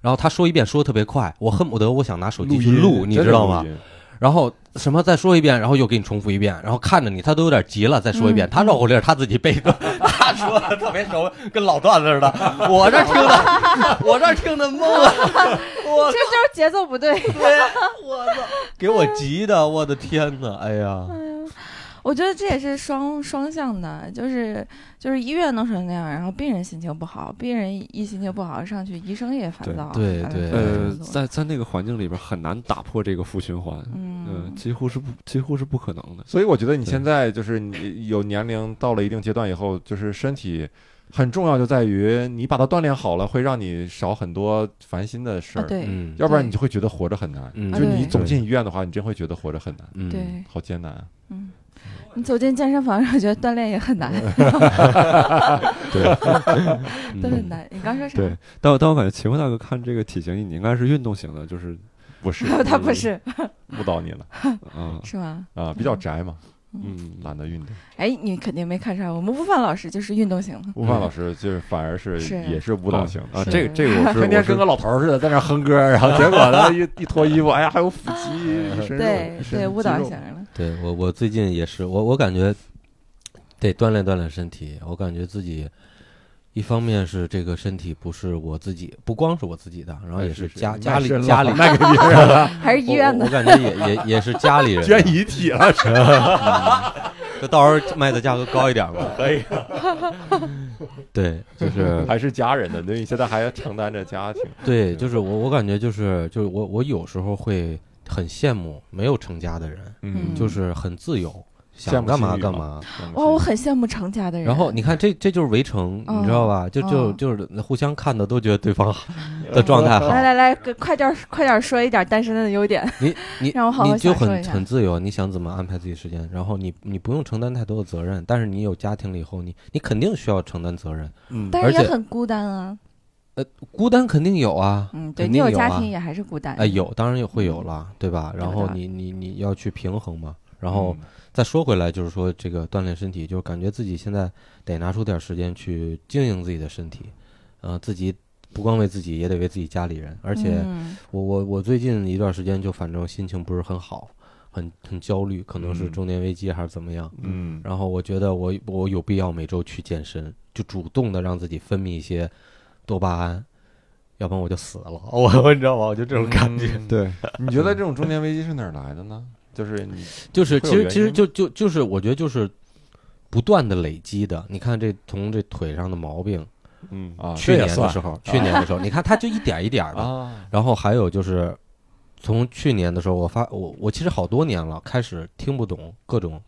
然后他说一遍说的特别快，我恨不得我想拿手机去录，你
真
知
的
道
录
吗？
音？
然后什么再说一遍，然后又给你重复一遍，然后看着你，他都有点急了，再说一遍。
嗯
他绕口令儿他自己背的， 他说的特别熟，跟老段子似的。我这听的， 我这听的懵了，我
这就是节奏不对。
我操，给我急的，我的天呐，哎呀，
我觉得这也是双双向的，就是就是医院弄成那样，然后病人心情不好，病人一心情不好上去，医生也烦躁。
对
烦
对
躁
呃，
烦躁
在在那个环境里边很难打破这个负循环，嗯，
嗯，
几乎是不几乎是不可能的。
所以我觉得你
对
现在就是你有年龄到了一定阶段以后，就是身体很重要，就在于你把它锻炼好了，会让你少很多烦心的事
啊
儿。
对
嗯
要不然你
对
就会觉得活着很难。
嗯
就你
对
总进医院的话，你真会觉得活着很难，
嗯，
对，
好艰难啊。
嗯，你走进健身房，然后觉得锻炼也很难，
嗯
都很难。你刚说啥？
对，但我但我感觉秦桧大哥看这个体型，你应该是运动型的，就是
不是
他不是
误导你了
啊，
是吗？
啊，比较宅嘛，
嗯，
懒得运动。
哎，你肯定没看出来，我们悟饭老师就是运动型的。
悟饭老师就是反而是
是
也是舞蹈型的
啊，
是
这个这个 我是
天天跟个老头儿似的在那儿哼歌，然后结果呢一一脱衣服，哎呀，还有腹肌，一身肉
对
一身
对，舞蹈
肌肉
型的。
对我，我最近也是，我我感觉得锻炼锻炼身体。我感觉自己一方面是这个身体不是我自己，不光是我自己的，然后
哎
也
是是
家
你
家
卖
里
身了
家 里
卖给别人了，
还是医院
我
的
我，感觉也也也是家 里人的，
捐遗体了，是
就到时候卖的价格高一点吧，可以。 对，就是
还是家人的，那你现在还要承担着家庭，
对，就是我我感觉就是就是我我有时候会很羡慕没有成家的人，
嗯
就是很自由，
羡
想
慕
干嘛
情侣
干
吗
嘛。
哇，我很羡慕成家的人。
然后你看，这这就是围城，
嗯
你知道吧？就就
嗯
就是互相看的都觉得对方的状态好
来，来来，给快点儿快点儿说一点单身的优点。
你你
让我好好
你就
享受
很
一下
很自由，你想怎么安排自己时间，然后你你不用承担太多的责任，但是你有家庭了以后，你你肯定需要承担责任，
嗯
但是
而
也
且
很孤单啊。
呃孤单肯定有啊，
嗯，对
肯
你
定
有
有
家
啊
庭也还是孤单。
哎，有当然也会有了，对吧？然
有
后
的嗯
你你你要去平衡嘛，然后再说回来，就是说这个锻炼身体，就是感觉自己现在得拿出点时间去经营自己的身体，呃，自己不光为自己，也得为自己家里人，而且、
嗯
我我我最近一段时间就反正心情不是很好，很很焦虑，可能是
嗯
中年危机还是怎么样。
嗯
然后我觉得我我有必要每周去健身，就主动的让自己分泌一些多巴胺，要不然我就死了。 我我你知道吗？我就这种感觉。
觉。
嗯对，
你觉得这种中年危机是哪儿来的呢？就是你
就是
会
其
有
实
原
其实
因
就就就是我觉得就是不断的累积的。你看这从这腿上的毛病，
嗯
啊，
去年的时
候
候，去年的时候，你看它就一点儿一点儿的。
啊，
然后还有就是，从去年的时候，我发我我其实好多年了，开始听不懂各种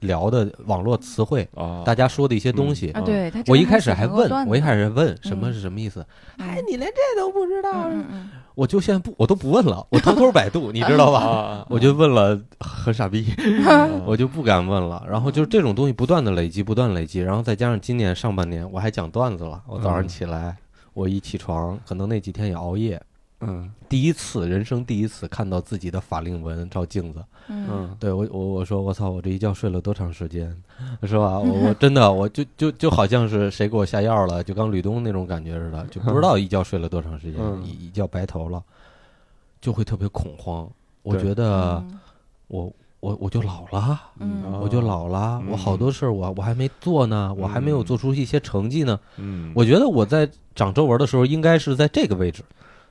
聊的网络词汇，
啊，
大家说的一些东
嗯
西。
啊，对他。
我一开始还问，我一开
始，
始还问
嗯
什么是什么意思，哎
嗯，
你连这都不知道，啊
嗯嗯
我就现在不，我都不问了，我偷偷百度，你知道 吧？
啊，
我就问了，很傻逼，
嗯
我就不敢问了。然后就是这种东西不断的累积，不断累积，然后再加上今年嗯上半年我还讲段子了，我早上起来，我一起床，可能那几天也熬夜，
嗯
第一次人生第一次看到自己的法令纹照镜子，
嗯
嗯
对我我我说我操，我这一觉睡了多长时间， 是吧？我我真的我就就就好像是谁给我下药了，就刚吕东那种感觉似的，就不知道一觉睡了多长时间，
嗯
一一觉白头了，就会特别恐慌。我
对
觉得我我我就老了。
嗯
我就老了，我好多事儿我我还没做呢，我还没有
嗯
做出一些成绩呢。
嗯，
我觉得我在长皱纹的时候应该是在这个位置，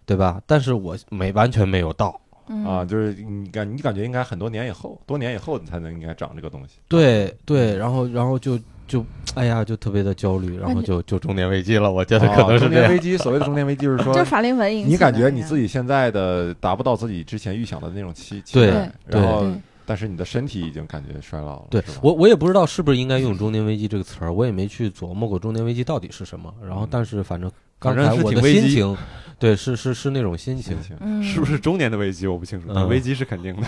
对吧？但是我没完全没有到。
嗯
啊，，就是你感你感觉应该很多年以后，多年以后你才能应该长这个东西。
对对，然后然后就就哎呀，就特别的焦虑，然后就啊就中年危机了。我觉得 可能是
中
这
年
样。
危机，所谓的中年危机就是说
就，是法令纹引起
你感觉你
己
自己现在的达不到自己之前预想的那种期期
对
待，
对
然后
对
但是你的身体已经感觉衰老了。
对
是吧
我，我也不知道是不是应该用“中年危机”这个词儿，我也没去琢磨过中年危机到底是什么。然后，但是嗯反正刚
反正
才
是
我
挺
的
危
心
机
情，对，是是是那种心情
心。 情
嗯，
是不是中年的危机我不清楚，但
嗯
危机是肯定的。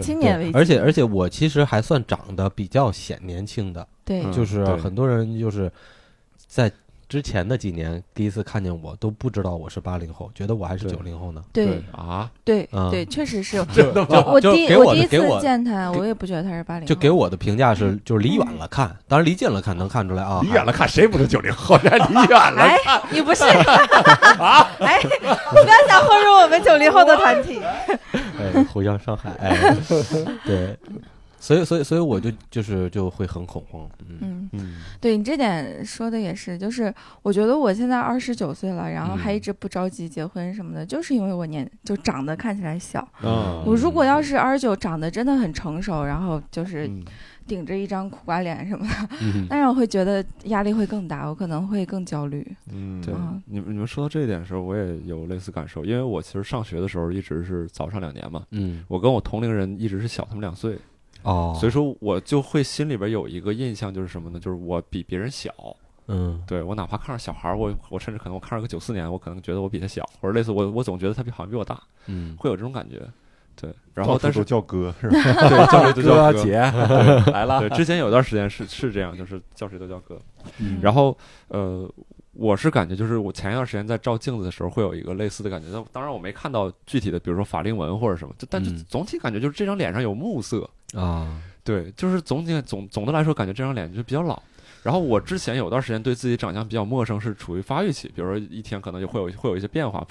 青
对
年危机？
而且而且我其实还算长得比较显年轻的，
对，
嗯
就是
对
很多人就是在之前的几年第一次看见我都不知道我是八零后，觉得我还是
对
九零后呢。
对
啊，
对
嗯
对，确实是。
真的
我我
就
第
给
我
我
第
的
一
给
次
我
见他，我也不觉得他是八零，
就给我的评价是，
嗯
就是离远了看，当然离近了看能看出来啊。
离远了看谁不是九零后？人家离远了
哎，你不是
啊
哎，不要想混入我们九零后的团体。
哎，互相伤害。哎， 对，所以所以所以我就就是就会很恐慌。嗯
嗯，
嗯
对你这点说的也是，就是我觉得我现在二十九岁了，然后还
嗯
一直不着急结婚什么的，就是因为我年就长得看起来小。
嗯
我如果要是二十九长得真的很成熟，然后就是
嗯
顶着一张苦瓜脸什么的，
嗯
但是我会觉得压力会更大，我可能会更焦虑。
嗯，
对
嗯，
你们你们说到这一点的时候，我也有类似感受，因为我其实上学的时候一直是早上两年嘛，
嗯
我跟我同龄人一直是小他们两岁，
哦，
所以说我就会心里边有一个印象，就是什么呢？就是我比别人小。
嗯
对我哪怕看上小孩儿，我我甚至可能我看上个九四年，我可能觉得我比他小，或者类似我我总觉得他比好像比我大，
嗯
会有这种感觉。对，然
然
后
后
哦但
但
是
是叫哥是吧？
对叫谁都叫
哥
哥
姐 来了
对，，之前有一段时间是是这样，就是叫谁都叫哥。
嗯
然后呃，我是感觉就是我前一段时间在照镜子的时候会有一个类似的感觉，但当然我没看到具体的，比如说法令纹或者什么，就但就
嗯
总体感觉就是这张脸上有暮色。
啊
对，就是总体总总的来说，感觉这张脸就比较老。然后我之前有段时间对自己长相比较陌生，是处于发育期，比如说一天可能就会有会有一些变化。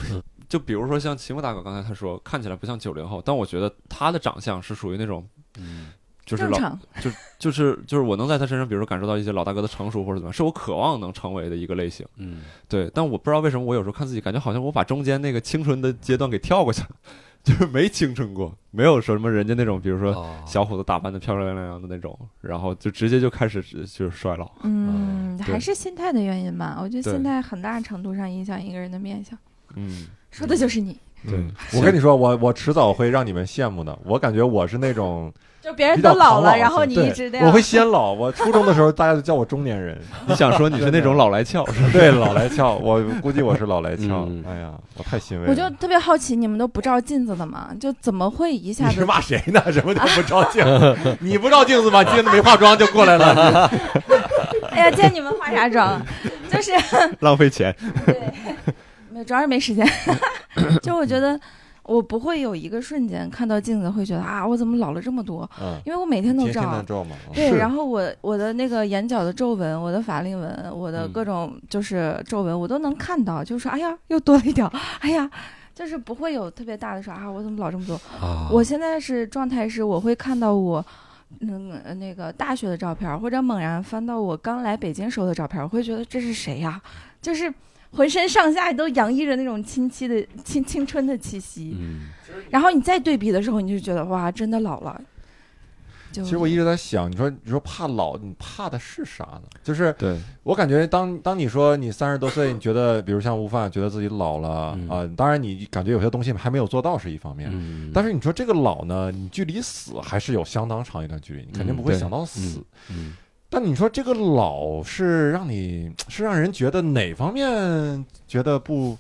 就比如说像秦牧大哥刚才他说，看起来不像九零后，但我觉得他的长相是属于那种，
嗯
就是
正
老，
常，
就是就是我能在他身上，比如说感受到一些老大哥的成熟或者怎么样，是我渴望能成为的一个类型。
嗯
对，但我不知道为什么，我有时候看自己，感觉好像我把中间那个青春的阶段给跳过去了， 就是没青春过，没有什么人家那种，比如说
哦
小伙子打扮的漂漂亮亮的那种，然后就直接就开始直就是衰老。
嗯，
对
还是心态的原因吧。我觉得
对
心态很大程度上影响一个人的面相，
嗯，
说的就是你，
对
嗯，我跟你说，我我迟早会让你们羡慕的。我感觉我是那种
就别人
比较
哎都老
抗老
了，
型
然后你一
对
直这
我
样
会。先老。我初中的时候，大家都叫我中 年人，
你想说你是那种老来俏是吧？
对，老来俏。我估计我是老来俏
嗯。
哎呀，我太欣慰了。
我就特别好奇，你们都不照镜子的吗？就怎么会一下
你是
子？
骂谁呢？什么叫不照 镜子？你不照镜子吗？今天没化妆就过来了。
哎呀，见你们 化啥妆？就是
浪费钱。
对， 没有，主要是没 时间。 就我觉得，我不会有一个瞬间看到镜子会觉得啊，我怎么老了这么多？
嗯，
因为我每天都
天天
照啊
能。照吗？嗯
对，
是
然后我我的那个眼角的皱纹，我的法令纹，我的
嗯
各种就是皱纹，我都能看到，就是说，哎呀，又多了一条，哎呀，就是不会有特别大的说啊，我怎么老这么多？
啊
我现在是状态是，我会看到我。嗯，呃那个大学的照片儿，或者猛然翻到我刚来北京时候的照片儿，我会觉得这是谁呀、就是浑身上下都洋溢着那种清晰的青青春的气息。
嗯
然后你再对比的时候，你就觉得哇，真的老了。就
其实我一直在想，你说你说怕老，你怕的是啥呢？就是
对，
我感觉当当你说你三十多岁，你觉得比如像吴范，觉得自己老了啊、
嗯
当然你感觉有些东西还没有做到是一方面，
嗯
但是你说这个老呢，你距离死还是有相当长一段距离，你肯定不会
嗯对
想到死。
嗯
但你说这个老是让你是让人觉得哪方面觉得不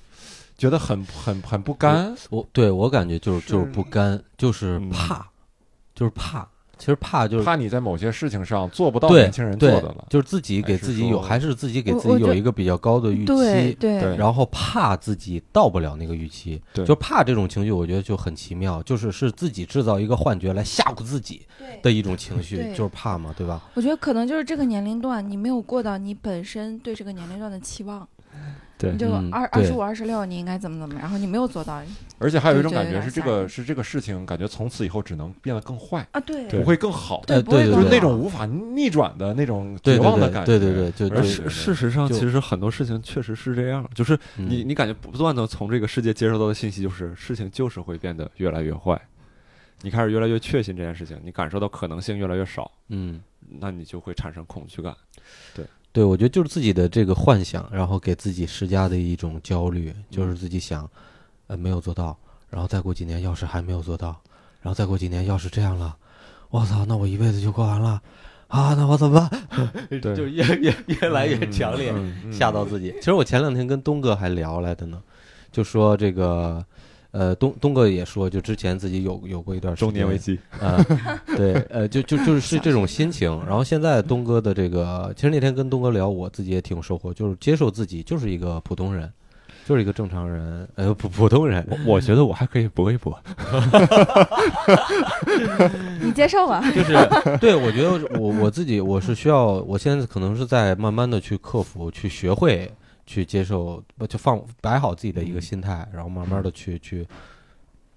觉得很很很不甘？
我对我感觉就是就是
是
不甘，就是
嗯
怕，就是怕。其实怕就是
怕你在某些事情上做不到
对
年轻人做
对
的了，。
就是自己给
还是
自己有
说
还是自己给
我
自己
我
有
就
一个比较高的预
对
期，
对
对
然后怕自己到不了那个预期，
对
就怕这种情绪，我觉得就很奇妙，就是是自己制造一个幻觉来吓唬自己的一种情绪，
对
就是怕嘛，对吧？
我觉得可能就是这个年龄段，你没有过到你本身对这个年龄段的期望，
对
你就
嗯
二二
对
十五、二十六，你应该怎么怎么，然后你没有做到
而且还有一种
对对
感觉
有
是，
点
这
吓
个
人
是这个事情，感觉从此以后只能变得更坏，
啊，对
对
不会更好，
呃
不会
对
就
更
是
好
那种无法逆转的那种
对
绝
对
望的
对
感
对
觉。
对对就
而
就
事
事事
事
实上，
就
其实很多事情确实是这样，就是
嗯
你你感觉不断的从这个世界接收到的信息，就是事情就是会变得越来越坏，你开始越来越确信这件事情，你感受到可能性越来越少，
嗯，
那你就会产生恐惧感。
对，我觉得就是自己的这个幻想，然后给自己施加的一种焦虑，就是自己想，呃，没有做到，然后再过几年要是还没有做到，然后再过几年要是这样了，我操，那我一辈子就过完了。啊，那我怎么办？
对
就越越越来越强烈，
嗯
吓到自己。其实我前两天跟东哥还聊来的呢，就说这个，呃，东东哥也说，就之前自己有有过一段时
中年
间
危机，
啊，对，呃，就就就是是这种心情。然后现在东哥的这个，其实那天跟东哥聊，我自己也挺有收获，就是接受自己就是一个普通人，就是一个正常人，呃，普普通人。
我我觉得我还可以搏一搏。
你接 受吧，
就是对我觉得我我自己我是需要，我现在可能是在慢慢的去克服，去学会去接受，不就放摆好自己的一个心态，然后慢慢的去去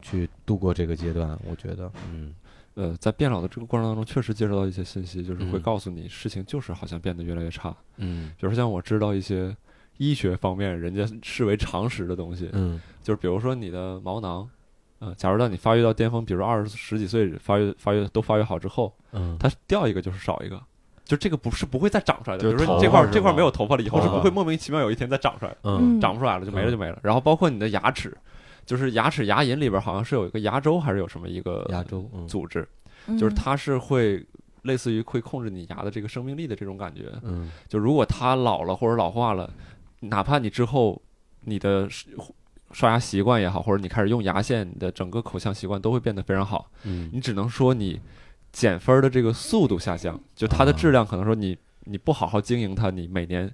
去度过这个阶段。我觉得，嗯，
呃，在变老的这个过程当中，确实接收到一些信息，就是会
嗯
告诉你事情就是好像变得越来越差。
嗯
比如说像我知道一些医学方面人家视为常识的东西，
嗯
就是比如说你的毛囊，呃，假如让你发育到巅峰，比如二十十几岁发育发育都发育好之后，
嗯，
它掉一个就是少一个，就这个不是不会再长出来的。
就
比
是
如说你
头
这
发
块
是
儿这块儿
吗啊
没有头发了，以后
头
是
发
不会莫名其妙有一天再长出来的，
嗯
长不出来了就没了
嗯
就没了。然后包括你的牙齿，就是牙齿牙龈里边好像是有一个牙周还是有什么一个
亚洲，嗯
组织，
嗯
就是它是会。类似于会控制你牙的这个生命力的这种感觉，
嗯
就如果它老了或者老化了，哪怕你之后你的刷牙习惯也好，或者你开始用牙线，你的整个口腔习惯都会变得非常好。
嗯
你只能说你减分儿的这个速度下降，就它的质量可能说你你不好好经营它，你每年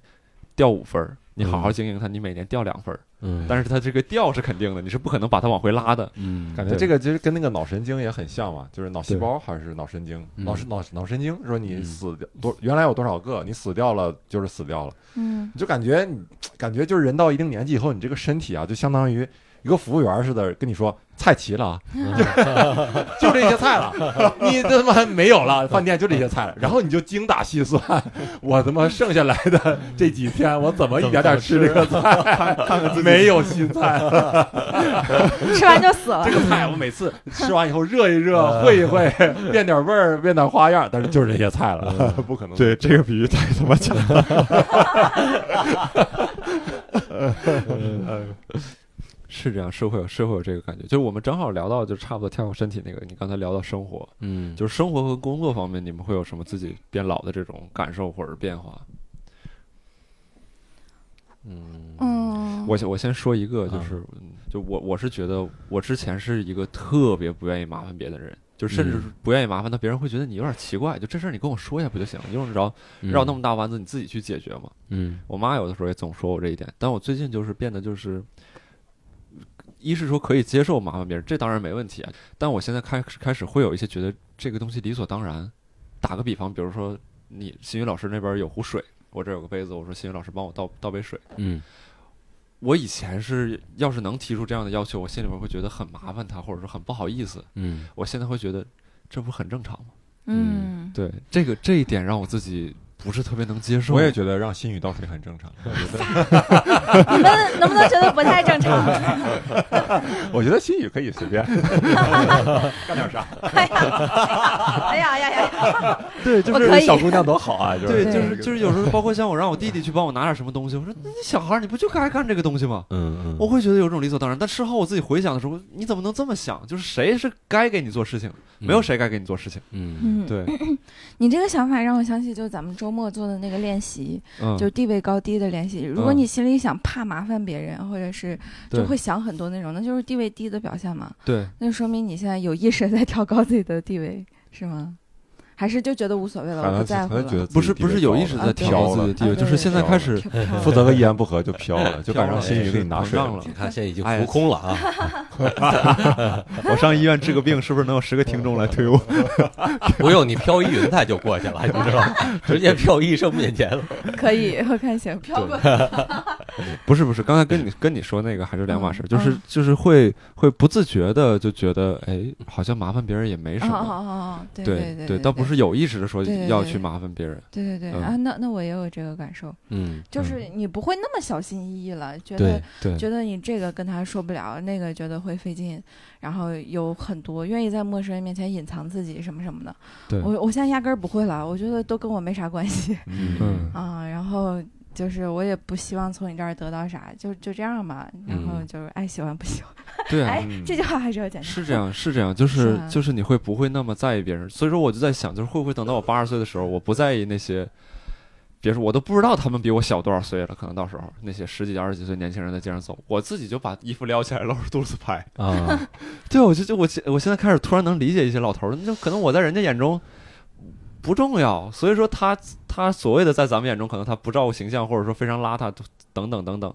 掉五分儿；你好好经营它，你每年掉两分儿。
嗯，
但是它这个掉是肯定的，你是不可能把它往回拉的。
嗯
感觉
对
这个其实跟那个脑神经也很像嘛，就是脑细
对
胞还是脑神经，
嗯
脑神脑脑神经说你
嗯
死掉多原来有多少个，你死掉了就是死掉了，
嗯，
你就感觉你感觉就是人到一定年纪以后，你这个身体啊，就相当于一个服务员似的跟你说菜齐了 啊，就就这些菜 了，你他妈没有了，饭店就这些菜了，然后你就精打细算，我他妈剩下来的这几天我怎么一点点吃这个菜，没有新菜了。
嗯吃完就死了
这，个菜我每次吃完以后热一热、烩一烩，变点味儿、变点花样，但是就是这些菜了，不可能。
对，这个比喻太他妈强了。是这样，是会有是会有这个感觉。就是我们正好聊到，就差不多跳过身体那个，你刚才聊到生活，
嗯
就是生活和工作方面，你们会有什么自己变老的这种感受或者变化？
嗯
嗯，
我先我先说一个，就
啊
是、嗯就我我是觉得我之前是一个特别不愿意麻烦别的人，就甚至
嗯
是不愿意麻烦到别人会觉得你有点奇怪，就这事儿你跟我说一下不就行了？你用得着
嗯
绕那么大弯子你自己去解决吗？
嗯
我妈有的时候也总说我这一点，但我最近就是变得就是，一是说可以接受麻烦别人，这当然没问题啊，但我现在开始开始会有一些觉得这个东西理所当然。打个比方，比如说你新宇老师那边有壶水，我这儿有个杯子，我说新宇老师帮我倒倒杯水。
嗯
我以前是要是能提出这样的要求，我心里边会觉得很麻烦他，或者说很不好意思。
嗯
我现在会觉得这不是很正常吗？
嗯，
对，这个这一点让我自己不是特别能接受。
我也觉得让心语倒水很正常。
嗯
你们能不能觉得不太 正常？
我觉得心语可以随便干点啥，
哎呀呀呀呀！
对，
我哦可以
姑娘多 好啊！就
对，
对
就是就是有时候，包括像我让我弟弟去帮我拿点什么东西，我说你小孩儿你不就该干这个东西吗？
嗯，
我会觉得有种理所当然，但事后我自己回想的时候，你怎么能这么想？就是谁是该给你做事情，没有谁该给你做事情。
嗯
嗯，
对，
你这个想法让我想起，就是咱们周末做的那个练习，
嗯，
就是地位高低的练习。如果
嗯
你心里想怕麻烦别人，或者是
对
就会想很多那种，那就是地位低的表现嘛。
对，
那说明你现在有意识地在调高自己的地位，是吗？还是就觉得无所谓了，
可
我
能
不在乎
可能觉得
了。
不是不是有意识
啊
在
对
挑
自
自己
己的
的
地
地位，
啊
就是
对
现在开始
飘飘
负责个一言不合就 飘了，就赶上
飘了
心宇给你拿水
膨胀了
你看现在已经
哎
浮空了啊，
我上医院治个病，是不是能有十个听众来推 我？
不用你飘一云彩就过去了，你知道吗？直接飘医生 面前了。
可以，我看行，飘过
不是不是，刚才跟你跟你说那个还是两码事，
嗯
就是
嗯
就是会会不自觉的就觉得，哎，好像麻烦别人也没什
哦哦
么。
哦哦，对
对
对
倒不是有意识的说
对对
要
对
去麻烦别人。
对对对
嗯
啊，那那我也有这个感受，
嗯，
就是你不会那么小心翼翼了，觉
对
得
对，
觉得你这个跟他说不了，那个觉得会费劲，然后有很多愿意在陌生人面前隐藏自己什么什么的。
对
我我现在压根儿不会了，我觉得都跟我没啥关系
嗯
啊。然后就是我也不希望从你这儿得到啥，就就这样吧。然后
嗯
就是爱喜欢不喜欢，
对啊
哎， 这句话还是要简单。
是这样，是这样，就是
是啊
就是你会不会那么在意别人？所以说我就在想，就是会不会等到我八十岁的时候，我不在意那些，别说我都不知道他们比我小多少岁了，可能到时候那些十几二十几岁年轻人在街上走，我自己就把衣服撩起来搂着肚子拍。
啊，
对，我就就我现我现在开始突然能理解一些老头儿了，就可能我在人家眼中不重要，所以说他他所谓的在咱们眼中可能他不照顾形象，或者说非常邋遢，等等等等，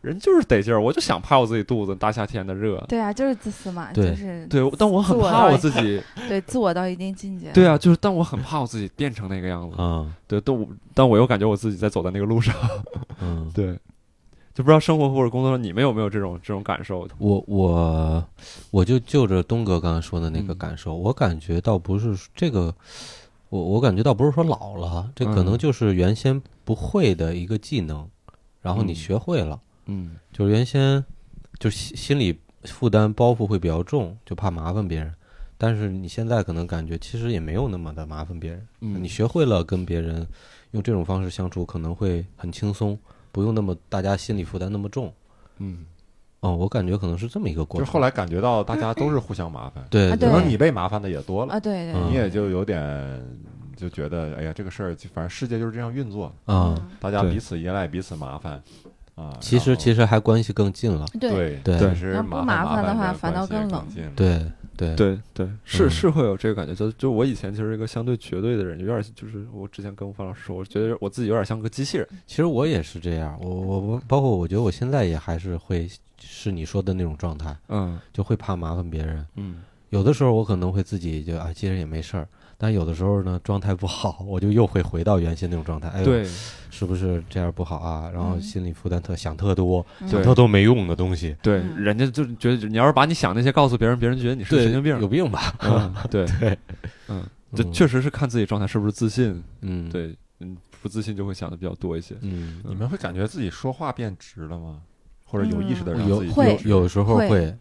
人就是得劲儿，我就想拍我自己肚子，大夏天的热。
对啊，就是自私嘛，
对
就是
对，但我很
自我
怕
到
我
一
自己，
对自我到一定境界。
对啊，就是，但我很怕我自己变成那个样子。
啊，
对，但我但我又感觉我自己在走在那个路上。
嗯，
对，就不知道生活或者工作上你们有没有这种这种感受？
我我我就就着东哥刚才说的那
嗯
个感受，我感觉倒不是这个，我我感觉倒不是说老了，这可能
嗯
就是原先不会的一个技能，然后你
嗯
学会了，
嗯
就是原先就心心理负担包袱会比较重，就怕麻烦别人。但是你现在可能感觉其实也没有那么的麻烦别人，
嗯
你学会了跟别人用这种方式相处，可能会很轻松，不用那么大家心理负担那么重。
嗯，
哦，我感觉可能是这么一个过
就
程。
是后来感觉到大家都是互相麻烦，
对
啊
可
对
能你被麻烦的也多了，
啊，对对
嗯
对，
你也就有点就觉得，哎呀，这个事儿就反正世界就是这样运作，
嗯
啊、
大家
对
彼此依赖，彼此麻烦啊。
其实其
实
实还关系更近了。
对
对
对
其实
然后不麻烦
烦
的话
烦
反倒更冷
对
对对
对对，是
嗯
是会有这个感觉。就就我以前其实是一个相对绝对的人，有点就是我之前跟范老师说，我觉得我自己有点像个机器人。
其实我也是这样，我我我包括我觉得我现在也还是会是你说的那种状态，
嗯
就会怕麻烦别人。
嗯
有的时候我可能会自己就啊，其实也没事儿。但有的时候呢，状态不好，我就又会回到原先那种状态。哎呦，
对
是不是这样不好啊？然后
嗯
心理负担特想特多，
嗯
对
想特多没用的东西。
对，
嗯
人家就觉得你要是把你想那些告诉别人，别人觉得你是
对，
神经病
有。病吧？
嗯对对，嗯，这
嗯
确实是看自己状态是不是自信。
嗯，，
对，嗯，不自信就会想的比较多一些。
嗯，
你们会感觉自己说话变直了吗？或者有意识
嗯
的让
有
自己
会
有有时候
会
会，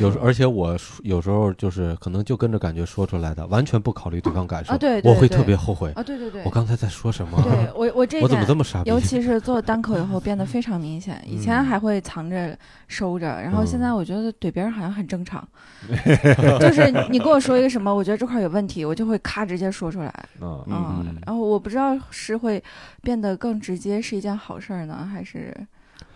有时
会
而且我说有时候就是可能就跟着感觉说出来的，完全不考虑对方感受，
啊对对
我会
对
特别后悔，
啊，对对对，
我刚才在说什么？
对我我这
我怎么
点
这么傻逼？
尤其是做单口以后变得非常明显，以
嗯
前还会藏着收着，然后现在我觉得怼别人好像很正 常，就是你跟我说一个什么，我觉得这块有问题，我就会咔直接说出来，
嗯
嗯
啊
嗯
然后我不知道是会变得更直接是一件好事儿呢，还是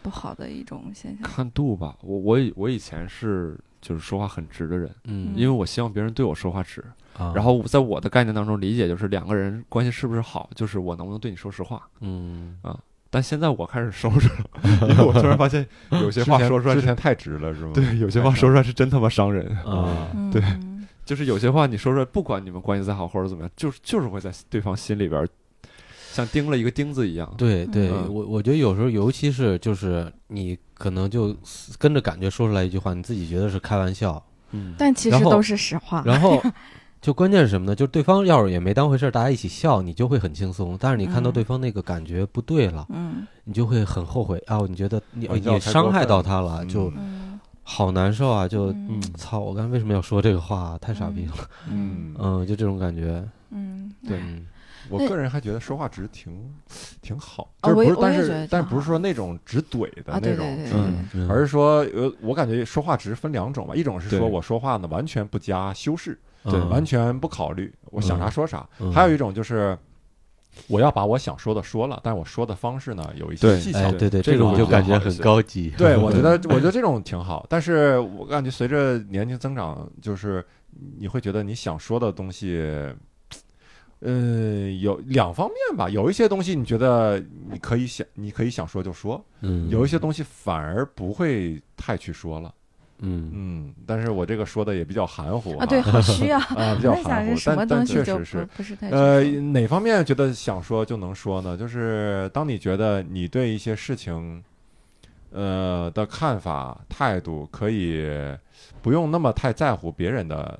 不好的一种现 象。
看度吧，我我以我以前是就是说话很直的人，
嗯，
因为我希望别人对我说话直。
啊
然后在我的概念当中，理解就是两个人关系是不是好，就是我能不能对你说实话。
嗯
但现在我开始收着了， 因为我突然发 现有些话说出来
之
是，
前太直了是吗？
对，有些话说出来是真他妈伤人。
啊
嗯，
对就是有些话你说出来，不管你们关系再好或者怎么样，就是就是会在对方心里边儿像钉了一个钉子一样。
对对，
嗯
我我觉得有时候，尤其是就是你可能就跟着感觉说出来一句话，你自己觉得是开玩笑，
嗯，
但其实
然后
都是实话。
然后就关键是什么呢？就是对方要是也没当回事儿，大家一起笑，你就会很轻松。但是你看到
嗯
对方那个感觉不对了，
嗯
你就会很后悔啊！你觉
哦
得你
玩笑
你
太过
伤害
分
到
了
他了，
嗯
就
嗯
好难受啊！就
嗯
嗯
操，我刚才为什么要说这个话啊？太傻逼了，
嗯
嗯，
嗯，就这种感觉。
嗯，
对
嗯
我
那
个人还觉得说话直挺挺好，
啊
就是不
我也
是，
我
但
也觉得挺
是但不是
好
说那种直怼的
啊，
那
对对
种
对
直
对
怼，
对，
嗯
而是说呃，我感觉说话直分两种吧，一种是
对
说我说话呢完全不加修饰，
对
嗯
完全不考虑，我想啥
嗯
说啥；
嗯
还有一种就是我要把我想说的说了，但是我说的方式呢有一些
对
技巧。
哎，
对
对对，
这
这
个
种
我
就
觉得
感觉
好一
很
些
高级。
对，我觉得我觉得这种挺好，但是我感觉随着年龄增长，就是你会觉得你想说的东西，呃，有两方面吧，有一些东西你觉得你可以想，你可以想说就说，
嗯，
有一些东西反而不会太去说了。
嗯
嗯，但是我这个说的也比较含糊
啊，对，好需要。
啊，比较
我在想
含
是
糊，
什么
但但
东西
确
就
实
不
是。
不是太
呃，
清楚
哪方面觉得想说就能说呢？就是当你觉得你对一些事情，呃的看法、态度，可以不用那么太在乎别人的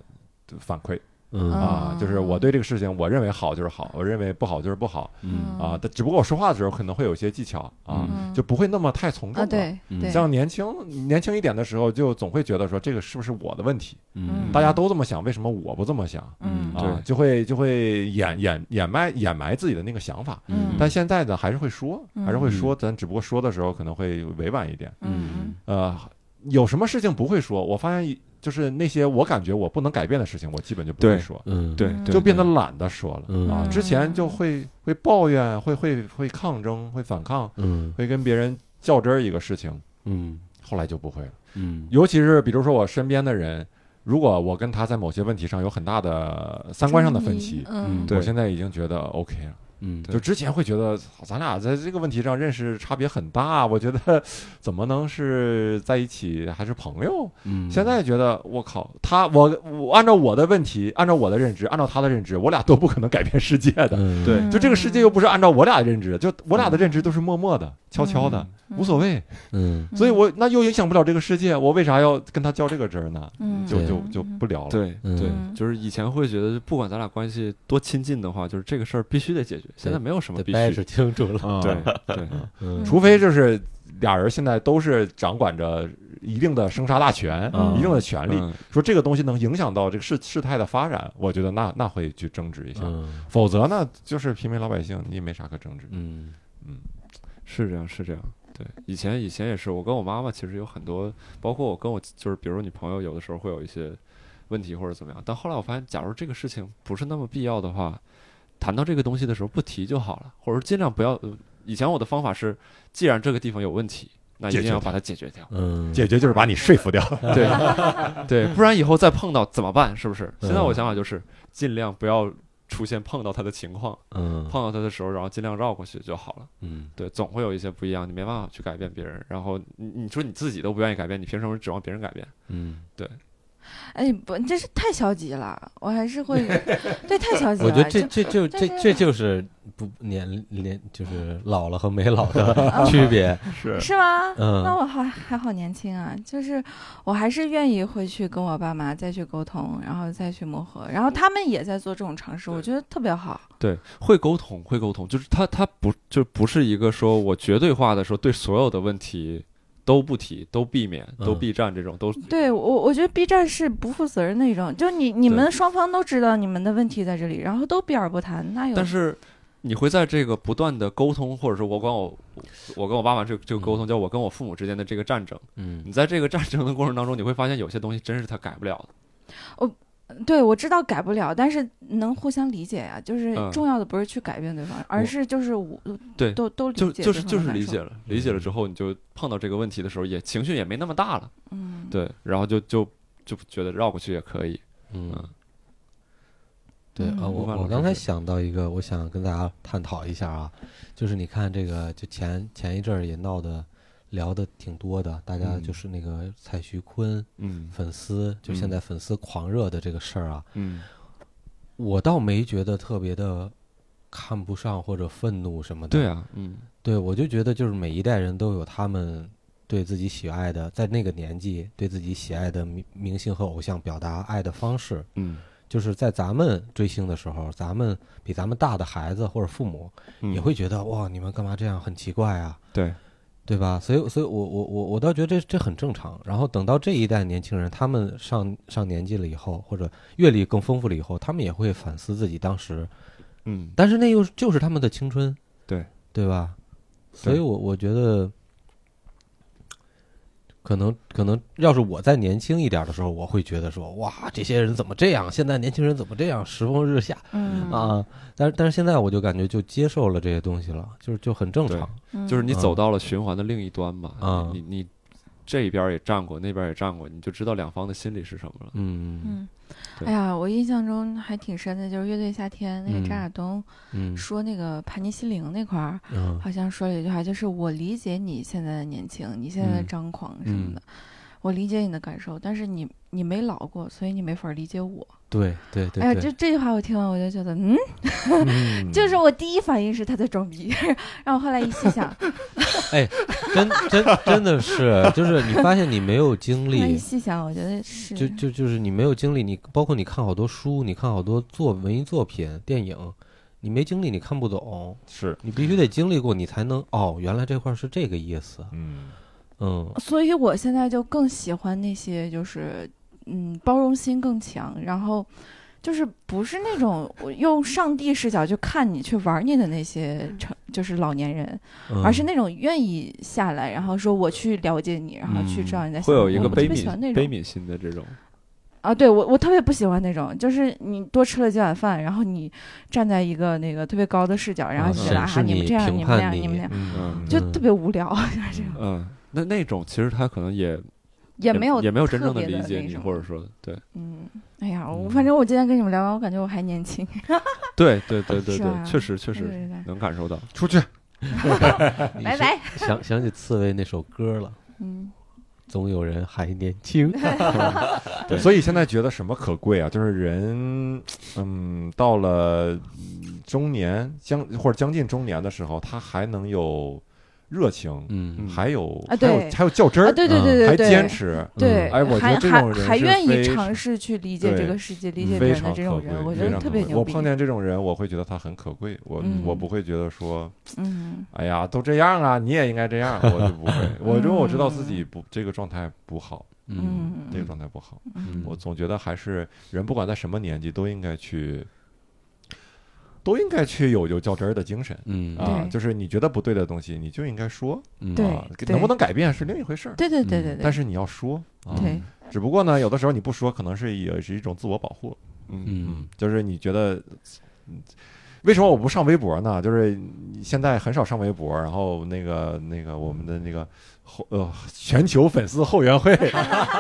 反馈
嗯
啊。就是我对这个事情，我认为好就是好，我认为不好就是不好
嗯
啊。但只不过我说话的时候可能会有一些技巧啊，
嗯
就不会那么太从众
啊，
了。
对
嗯
对，
像年轻年轻一点的时候，就总会觉得说这个是不是我的问题？
嗯，
大家都这么想，为什么我不这么想？
嗯
嗯
啊
对，
就会就会掩掩掩埋掩埋自己的那个想法。
嗯
但现在呢，还是会说，还是会
嗯
说，咱只不过说的时候可能会委婉一点。
嗯
嗯
呃，有什么事情不会说？我发现就是那些我感觉我不能改变的事情，我基本就不会
对
说，
嗯
对
嗯，
对
就变得懒得说了。
嗯
啊，之前就会会抱怨，会会会抗争，会反抗，
嗯
会跟别人较真儿一个事情，
嗯
后来就不会了。
嗯
尤其是比如说我身边的人，如果我跟他在某些问题上有很大的三观上的分歧，
嗯，
对
我现在已经觉得 OK 了。
嗯，
对
就之前会觉得操咱俩在这个问题上认识差别很大，我觉得怎么能是在一起还是朋友？
嗯
现在觉得我靠，他我我按照我的问题，按照我的认知，按照他的认知，我俩都不可能改变世界的。
嗯
对
就这个世界又不是按照我俩的认知，就我俩的认知都是默默的、悄悄的，无所谓。
嗯
所以我那又影响不了这个世界，我为啥要跟他较这个真儿呢？
嗯
就
对
就就不聊了。
对
嗯
对，
嗯
就是以前会觉得，不管咱俩关系多亲近的话，就是这个事儿必须得解决。现在没有什么
得
必
掰
须
扯，清楚了，
啊
对对，
嗯
除非就是俩人现在都是掌管着一定的生杀大权、
嗯
一定的权利，
嗯
说这个东西能影响到这个事事态的发展，我觉得那那会去争执一下，
嗯
否则呢，就是平民老百姓你也没啥可争执。
嗯
是这样，是这样。对，以前以前也是，我跟我妈妈其实有很多，包括我跟我就是，比如说女朋友，有的时候会有一些问题或者怎么样。但后来我发现，假如这个事情不是那么必要的话，谈到这个东西的时候不提就好了，或者说尽量不要。呃以前我的方法是，既然这个地方有问题，那一
解
定
决
要
它
把它解决掉。
嗯，
解决就是把你说服 掉，
对 对，不然以后再碰到怎么办？是不是？现在我
嗯
想法就是尽量不要出现碰到他的情况，
嗯
碰到他的时候，然后尽量绕过去就好了。
嗯
对，总会有一些不一样，你没办法去改变别人。然后你你说你自己都不愿意改变，你凭什么指望别人改变？
嗯，
哎不，这是太消极了，我还是 会对啊太消极了。
我觉得这这就
这
这
这
这就是不年年就是老了和没老的区别，
是
是吗？
嗯
那我还还好年轻啊，就是我还是愿意回去跟我爸妈再去沟通，然后再去磨合，然后他们也在做这种尝试，我觉得特别好。
对，会沟通，会沟通，就是他他不就不是一个说我绝对化的说对所有的问题都不提、都避免、都
嗯
避战这种都
对我，我觉得 B 站是不负责任的一种，就你你
对
们双方都知道你们的问题在这里，然后都避而不谈，那有
但是你会在这个不断的沟通，或者说我管我我跟我爸妈这个这个
嗯
沟通，叫我跟我父母之间的这个战争。
嗯
你在这个战争的过程当中，你会发现有些东西真是他改不了的。
对我知道改不了，但是能互相理解呀、就是
嗯
重要的不是去改变对方，而是就是我
对
都都理
就
解
就是
对方的
就是理
感受
解，了，理解了之后，你就碰到这个问题的时候，也情绪也没那么大了，
嗯，
对，然后就就就觉得绕过去也可以，
嗯。对啊，
嗯
我
无法
我
老
刚
师
才
是
想到一个，我想跟大家探讨一下啊，就是你看这个，就前前一阵儿也闹的聊的挺多的，大家
嗯
就是那个蔡徐坤
嗯
粉丝，就现
嗯
在粉丝狂热的这个事儿啊，
嗯
我倒没觉得特别的看不上或者愤怒什么的。
对啊，嗯
对，我就觉得就是每一代人都有他们对自己喜爱的，在那个年纪对自己喜爱的明明星和偶像表达爱的方式。
嗯，
就是在咱们追星的时候，咱们比咱们大的孩子或者父母
嗯
也会觉得、哇，你们干嘛这样，很奇怪啊，
对，
对吧？所以，所以我我我我倒觉得这这很正常。然后等到这一代年轻人，他们上上年纪了以后，或者阅历更丰富了以后，他们也会反思自己当时，
嗯
但是那又是就是他们的青春，
对
对吧？所以
对
我我觉得，可能可能要是我再年轻一点的时候，我会觉得说，哇，这些人怎么这样？现在年轻人怎么这样？时风日下
嗯，
啊！但是但是现在我就感觉就接受了这些东西了，就是就很正常。
嗯
就是你走
嗯
到了循环的另一端嘛，
嗯
你你你这边儿也站过，那边儿也站过，你就知道两方的心理是什么了。
嗯
嗯，
对
哎呀，我印象中还挺深的，就是乐队夏天那
嗯
个张亚东
嗯
说那个盘尼西林那块儿，
嗯
好像说了一句话，就是我理解你现在的年轻，你现在的
嗯
张狂什么的，我理解你的感受，但是你你没老过，所以你没法理解我。
对对对，
哎呀，
对
这这句话我听完我就觉得，嗯，
嗯
就是我第一反应是他在装逼， 然后后来一细想，
真真真的是，就是你发现你没有经
后 来一
历，
细想，我觉得是，
就就就是你没有经历，你包括你看好多书，你看好多作文艺作品、电影，你没经历你看不懂，
是，
你必须得经历过，你才能哦，原来这块儿是这个意思，
嗯，
嗯
所以我现在就更喜欢那些就是嗯包容心更强，然后就是不是那种我用上帝视角去看你去玩你的那些成就是老年人，
嗯，
而是那种愿意下来，然后说我去了解你，然后去知道你在想
会
什么、
有一个
我特
悲
别喜欢那
悯悲
种
悯心的这种，
啊，对我我特别不喜欢那种，就是你多吃了几碗饭，然后你站在一个那个特别高的视角，然后
啊
你觉得啊
审视
你们
你
这样
评
你们那
判
样
你
你们那样，
嗯
就
嗯
特别无聊，就是这样
嗯，那那种其实他可能也
也没有
也没有真
特
正地
别的
理解
那
你，
种
或者说对
嗯，哎呀，我
嗯
反正我今天跟你们聊完，我感觉我还年轻，
对对对对
哦
对，
是吧
确实确
对对
实
对
能感受到。
出去，
你
拜
是
拜。
想想起刺猬那首歌了，
嗯，
总有人还年 轻，
对，所以现在觉得什么可贵啊？就是人，嗯，到了嗯中年将或者将近中年的时候，他还能有热情，
嗯
还有
啊
还有
对
还有较真
啊，
儿，
对对
嗯
对对
还
对，嗯
坚持，
对，
哎我觉
还
得这种
还
人
还
是
愿
非
意
常
尝试去理解
对嗯
这个世界、理解
非
人的
常
这
可
种
贵，
人，我觉
非
得
常
特
可
别
贵
牛
我
逼。
碰见这种人，我会觉得他很可贵，我、
嗯
我不会觉得说，
嗯，
哎呀，都这样啊，你也应该这样，我就不 会。我因为我知道自己不这个状态不好，
嗯
这个状态不好，
嗯
我总觉得还是人不管在什么年纪都应该去，都应该去有有较真儿的精神。
嗯
啊，
对
就是你觉得不对的东西，你就应该说
嗯
对
啊，能不能改变是另一回事儿，
对对对
嗯
对对，
但是你要说啊。
对，
只不过呢，有的时候你不说，可能是也是一种自我保护。
嗯，
就是你觉得，嗯为什么我不上微博呢？就是现在很少上微博，然后那个那个我们的那个后呃全球粉丝后援会，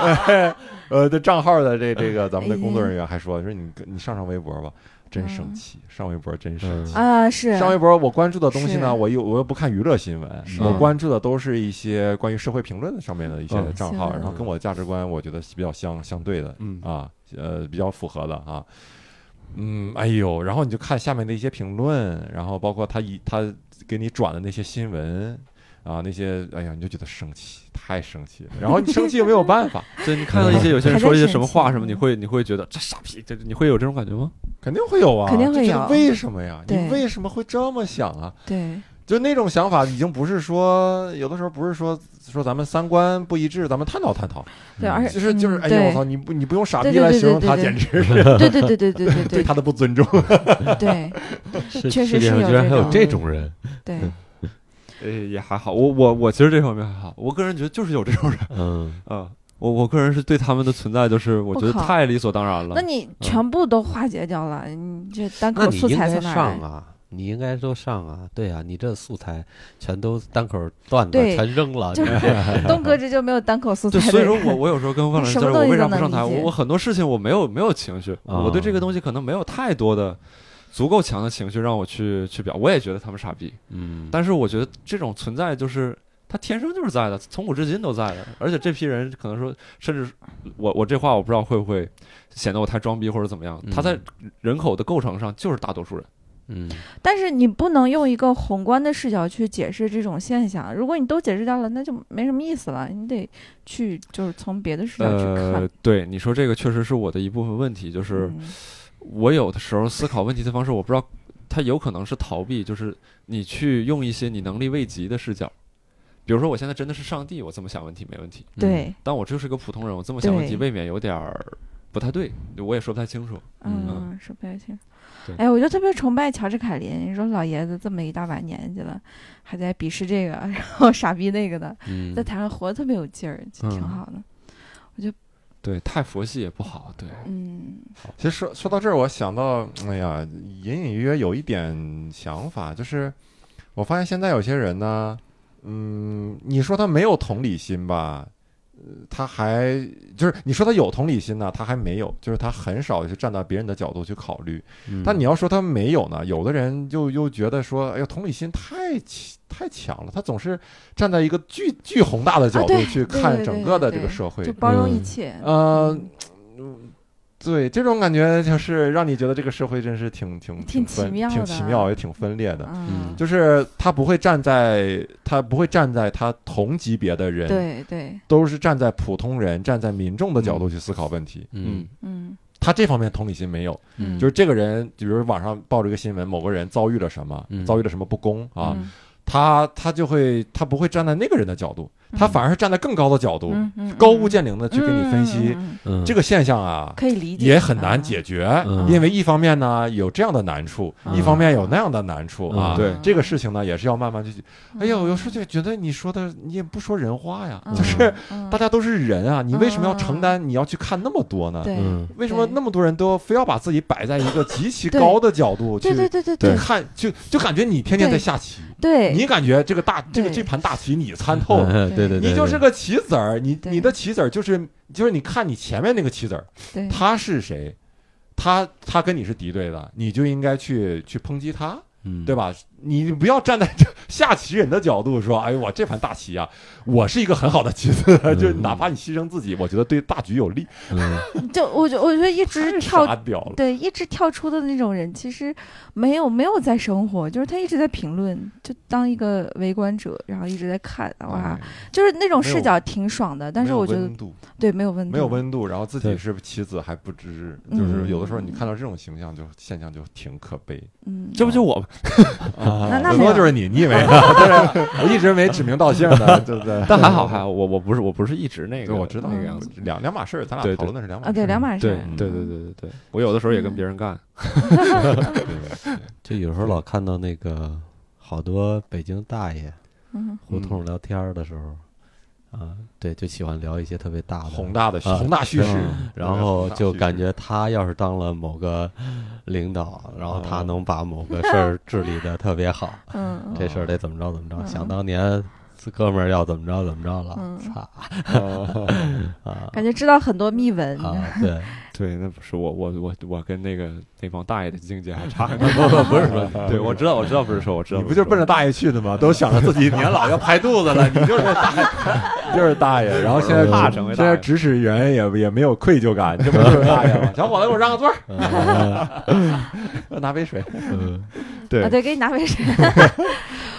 呃的账号的这这个咱们的工作人员还说，说你你上上微博吧，真生气，上微博真生气。
啊是
嗯上微博我关注的东西呢，
是
我又我又不看娱乐新闻，
是
我关注的都是一些关于社会评论上面的一些
嗯
账号，
新闻
然后跟我的价值观我觉得比较相相对的，
嗯
啊，呃，比较符合的啊。嗯，哎呦，然后你就看下面的一些评论，然后包括他一他给你转的那些新闻啊，那些哎呀，你就觉得生气，太生气 了。然后你生气又没有办法，
对，你看到一些有些人
还在
说一些什
生
么
气
话什么，你
嗯
会你会觉得这傻逼，这你会有这种感觉吗？
肯定会有啊，
肯定会
就觉得
有
为什么呀？你
对
为什么会这么想啊？
对
就那种想法，已经不是说有的时候不是说说咱们三观不一致，咱们探讨探讨，
对，而且
就是就是，
嗯
哎呀，我
对
操，你不你不用傻逼
对对
来
对
形容他，
对
简
对
直是
对对对对对对
对
对
他的不尊重。
对
嗯是
确实
世界
是
上
有
居然还有这
这
种 人，
对，
呃，也还好，我我我其实这方面还好，我个人觉得就是有这种人，
嗯
嗯，我我个人是对他们的存在就是我觉得
我靠
太理所当然了
那。你全部都化解掉了，你这单
那
口
你
素
应
材
该
从哪儿
上
来？
啊，你应该都上啊，对啊，你这素材全都单口段子
对
全扔了，
就是
你这
东哥这就没有单口 素材
对，
的人，
所以说我我有时候跟万老师
什
就是
么
我
东西
为啥
都
不上
能
台？
理
我
解
我很多事情我没有没有情绪，
啊
我对这个东西可能没有太多的足够强的情绪让我去去表。我也觉得他们傻逼，
嗯，
但是我觉得这种存在就是他天生就是在的，从古至今都在的。而且这批人可能说，甚至我我这话我不知道会不会显得我太装逼或者怎么样
嗯。
他在人口的构成上就是大多数人，
嗯
但是你不能用一个宏观的视角去解释这种现象。如果你都解释掉了，那就没什么意思了。你得去就是从别的视角去看。
呃，对你说这个确实是我的一部分问题，就是
嗯
我有的时候思考问题的方式，我不知道它有可能是逃避，就是你去用一些你能力未及的视角。比如说，我现在真的是上帝，我这么想问题没问题，
对，
但我就是个普通人，我这么想问题
对
未免有点儿不太对，我也说不太清楚。
嗯
嗯，是不太清楚
对。
哎，我就特别崇拜乔治凯林。你说老爷子这么一大把年纪了，还在鄙视这个， 然后傻逼那个的，
嗯
在台上活得特别有劲儿，就挺
嗯
好的。
对，太佛系也不好。对，
嗯，
其实说说到这儿，我想到，哎呀，隐隐约约有一点想法，就是我发现现在有些人呢，嗯，你说他没有同理心吧，他还就是你说他有同理心呢，他还没有，就是他很少去站在别人的角度去考虑。
嗯
但你要说他没有呢，有的人就又觉得说，哎呀，同理心太强太强了，他总是站在一个巨巨宏大的角度
啊对
去
对
看
对
整
对
个的
对
这个社会。
就包容
嗯
一切。
呃
嗯，
对，这种感觉就是让你觉得这个社会真是挺挺
挺奇
分
妙
挺
的
奇妙也挺分裂的。
嗯，
就是他不会站在他不会站在他同级别的人，
对对，
都是站在普通人、站在民众的角度去思考问题。
嗯
嗯
他这方面同理心没有，
嗯
就是这个人，比如网上报这个新闻，某个人遭遇了什么，
嗯
遭遇了什么不公啊，
嗯
他他就会他不会站在那个人的角度，
嗯
他反而是站在更高的角度，
嗯嗯
高屋建瓴的去给你分
嗯
析、
嗯嗯嗯
嗯
这个现象啊。
可以理解，啊
也很难解决，
嗯
因为一方面呢有这样的难处，
嗯
一方面有那样的难处
嗯
啊。
对
这个事情呢也是要慢慢去。
嗯。
哎呀，我有时候就觉得你说的你也不说人话呀，
嗯
就是
嗯
大家都是人啊，你为什么要承
嗯
担你要去看那么多呢？
对
嗯
为什么
对
那么多人都要非要把自己摆在一个极其
对
高的角度去
对对对对
去看，就就感觉你天天在下棋，
对，
你感觉这个大这个
对
这盘大棋你参透了，
嗯对对对，
你就是
对
个棋子儿，你
对
你的棋子儿就是就是你看你前面那个棋子儿，
对
他是谁，他他跟你是敌对的，你就应该去去抨击他，
嗯
对吧？你不要站在这下棋人的角度说，哎呦，我这盘大棋啊，我是一个很好的棋子， 就是哪怕你牺牲自己，我觉得对大局有利，
嗯
就我觉我觉得一直
太
跳
傻屌了。
对一直跳出的那种人，其实没有没有在生活，就是他一直在评论，就当一个围观者，然后一直在看，哇
哎，，
就是那种
没有
视角挺爽的，但
没
是
有
我觉得
温度
对没有温度，
没有温度，然后自己
对
是棋子还不知，就是
嗯
有的时候你看到这种形象就现象就挺可悲。
嗯，
这不就我吗？
啊
那
最多
没有
就是你，你以为呢？ 对，我一直没指名道姓的，对不对？
但还好还好，我我不是我不是一直那
对，
个
我知道
那个样子。，
两两码事儿，咱俩
对对
讨论的是两
啊
码事
对
儿。
两码事
对
儿，
对对对对对，我有的时候也跟别人干，
对对对
就有时候老看到那个好多北京大爷
嗯
胡同聊天儿的时候，啊，对，就喜欢聊一些特别大的
宏大的叙
啊
宏大叙事，
嗯
然后就感觉他要是当了某个领导，然后
哦
他能把某个事儿治理的特别 好，
嗯
这事儿得怎么着怎么着。
嗯
想当年，哥们儿要怎么着怎么着了
嗯，
操啊
感觉知道很多秘闻，
啊！对，
对，那不是我我我我跟那个那帮大爷的境界还差很多，不是说， 对我知道我知道不是说，我知道
你不就是奔着大爷去的吗？都想着自己年老要排肚子了，你就是 大爷，就是大爷。然后现在
怕成为大
现
爷
在指使人也也没有愧疚感，这不就是大爷 吗？小伙子，给我让个座
嗯
儿， 拿杯水。
嗯
对
啊，对，给你拿杯水，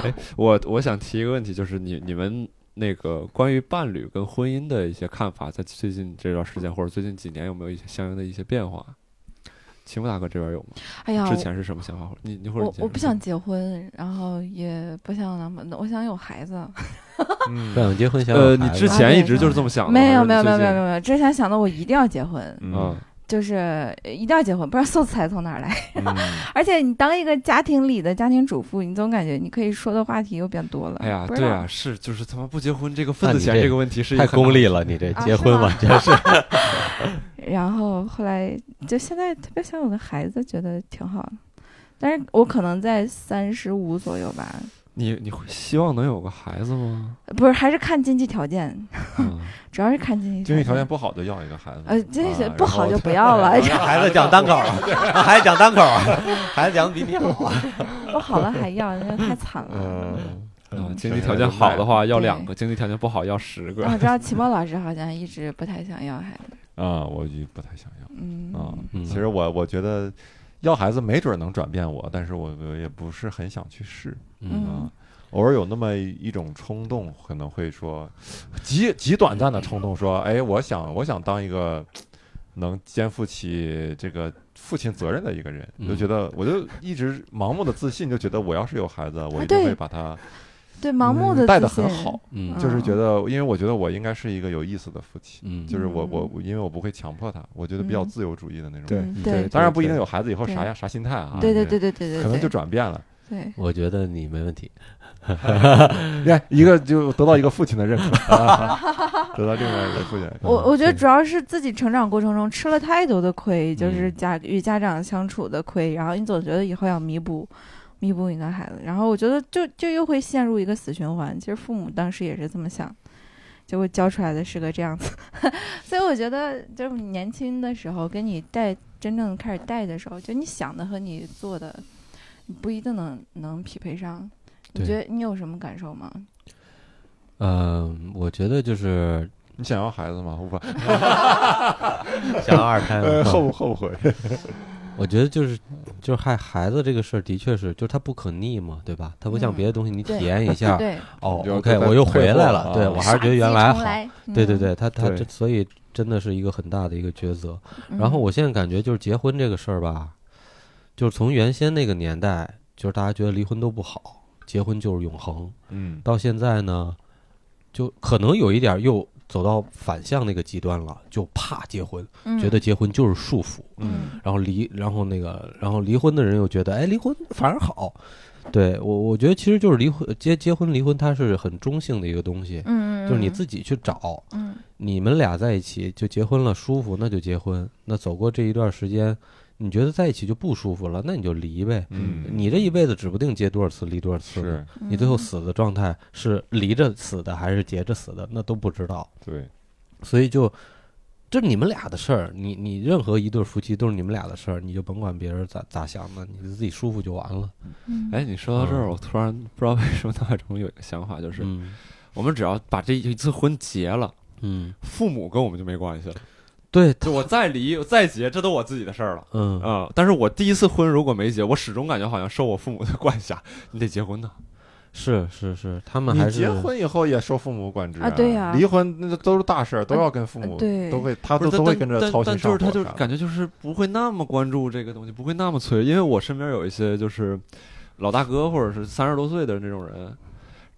哎我我想提一个问题，就是你你们那个关于伴侣跟婚姻的一些看法，在最近这段时间或者最近几年有没有一些相应的一些变化？秦福大哥这边有吗？
哎呀，
之前是什么想法？或者你你或者
我
你先
我不
嗯
想
说
结婚，然后也不想男朋友，我想有孩子。
嗯
不，想结婚想有
呃，
孩
你
子
之前一直就是这么想的吗，
没有
还
没
是
有
你
没有
最近
没有没有没有，之前想的我一定要结婚，
嗯
就是呃一定要结婚，不知道 素材从哪儿来。
嗯，
而且你当一个家庭里的家庭主妇，你总感觉你可以说的话题又变多了。
哎呀，
不知
对
道
啊，是就是他妈不结婚这个份
那
子
你
钱
这
这个问题是一个
太
很
功
大
利了，你这
啊
结
是
婚
吗
完全是
然后后来就现在特别想有个孩子，觉得挺好的。但是我可能在三十五左右吧，
你你会希望能有个孩子 吗？
不是，还是看经济条件，
嗯
主要是看经济
经济条件不好的要一个孩子，
呃，经济条
啊
件不好
然后
就不要了，
孩子讲单口儿，孩子讲单口儿，孩子讲的比你好啊。
不好了还要，那太惨了。
嗯，
啊，
嗯
经济条件好的话要两
对
个，经济条件不好要十个
但。我知道齐墨老师好像一直不太想要孩子，
啊，我就不太想要
嗯，
啊。
嗯
其实我我觉得要孩子没准儿能转变我，但是我我也不是很想去试
嗯
啊。偶尔有那么一种冲动，可能会说极极短暂的冲动，说哎，我想我想当一个能肩负起这个父亲责任的一个人，
嗯
就觉得我就一直盲目的自信，就觉得我要是有孩子，我一定
啊对
会把他
对，盲目的
嗯带的很好，，
嗯
嗯
就是觉得，因为我觉得我应该是一个有意思的父亲。
嗯
就是我我
嗯
我因为我不会强迫他，我觉得比较
嗯
自由主义的那种。
对
嗯
对
对
当然不一定有孩子以后
对
啥样啥心态啊，
对对对对对对，
可能就嗯
对
转变了。
对，
我觉得你没问题。
你看，一个就得到一个父亲的认可，啊 得到另外一个父亲的认可。
我我觉得主要是自己成长过程中吃了太多的亏，就是
嗯
家与家长相处的亏，然后你总觉得以后要弥补。弥补你的孩子，然后我觉得就就又会陷入一个死循环。其实父母当时也是这么想，结果教出来的是个这样子。 所以我觉得，就是你年轻的时候，跟你带真正开始带的时候，就你想的和你做的，你不一定能能匹配上。你
对
觉得你有什么感受吗？
嗯，我觉得就是
你想要孩子吗？无法，
想要二胎
呃，
嘛
后不后悔？
我觉得就是就是害孩子这个事儿，的确是，就是它不可逆嘛，对吧？它不像
嗯
别的东西，你体
对
验一 下，
对，
哦
就
，OK，
再
我又
退
回
步
来
了啊
了，对我还是觉得原
来
来好。对对，对，他他
对
这所以真的是一个很大的一个抉择。
嗯
然后我现在感觉就是结婚这个事儿吧，就是从原先那个年代，就是大家觉得离婚都不好，结婚就是永恒，
嗯，
到现在呢，就可能有一点儿又走到反向那个极端了，就怕结婚，
嗯
觉得结婚就是束缚，
嗯
然后离，然后那个，然后离婚的人又觉得，哎，离婚反而好。对我，我觉得其实就是离婚结结婚离婚，它是很中性的一个东西，
嗯，
就是你
己
自己去找，
嗯
你们俩在一起就结婚了，舒服那就结婚，那走过这一段时间，你觉得在一起就不舒服了，那你就离呗。
嗯，
你这一辈子指不定结多少次，离多少次呢，
是
嗯
你最后死的状态是离着死的还是结着死的，那都不知道。
对，
所以就这你们俩的事儿，你你任何一对夫妻都是你们俩的事儿，你就甭管别人咋咋想的，你自己舒服就完了。
嗯
哎，你说到这儿，
嗯
我突然不知道为什么脑海中有一个想法，就是
嗯
我们只要把这一次婚结了，
嗯，
父母跟我们就没关系了。
对，
就我再离， 我再结，这都我自己的事儿了。
嗯，
啊、但是我第一次婚如果没结，我始终感觉好像受我父母的 管辖。你得结婚呢，
是是是，他们还
你
是
结婚以后也受父母管制
啊对呀
离婚那都是大事儿，都要跟父母，
呃对
哎都会他
不
都
是
都
但
会跟着
但
操
但
心
就
上
是
火
他就是
啥的
感觉就是不会那么关注这个东西，不会那么催。因为我身边有一些就是老大哥或者是三十多岁的那种人，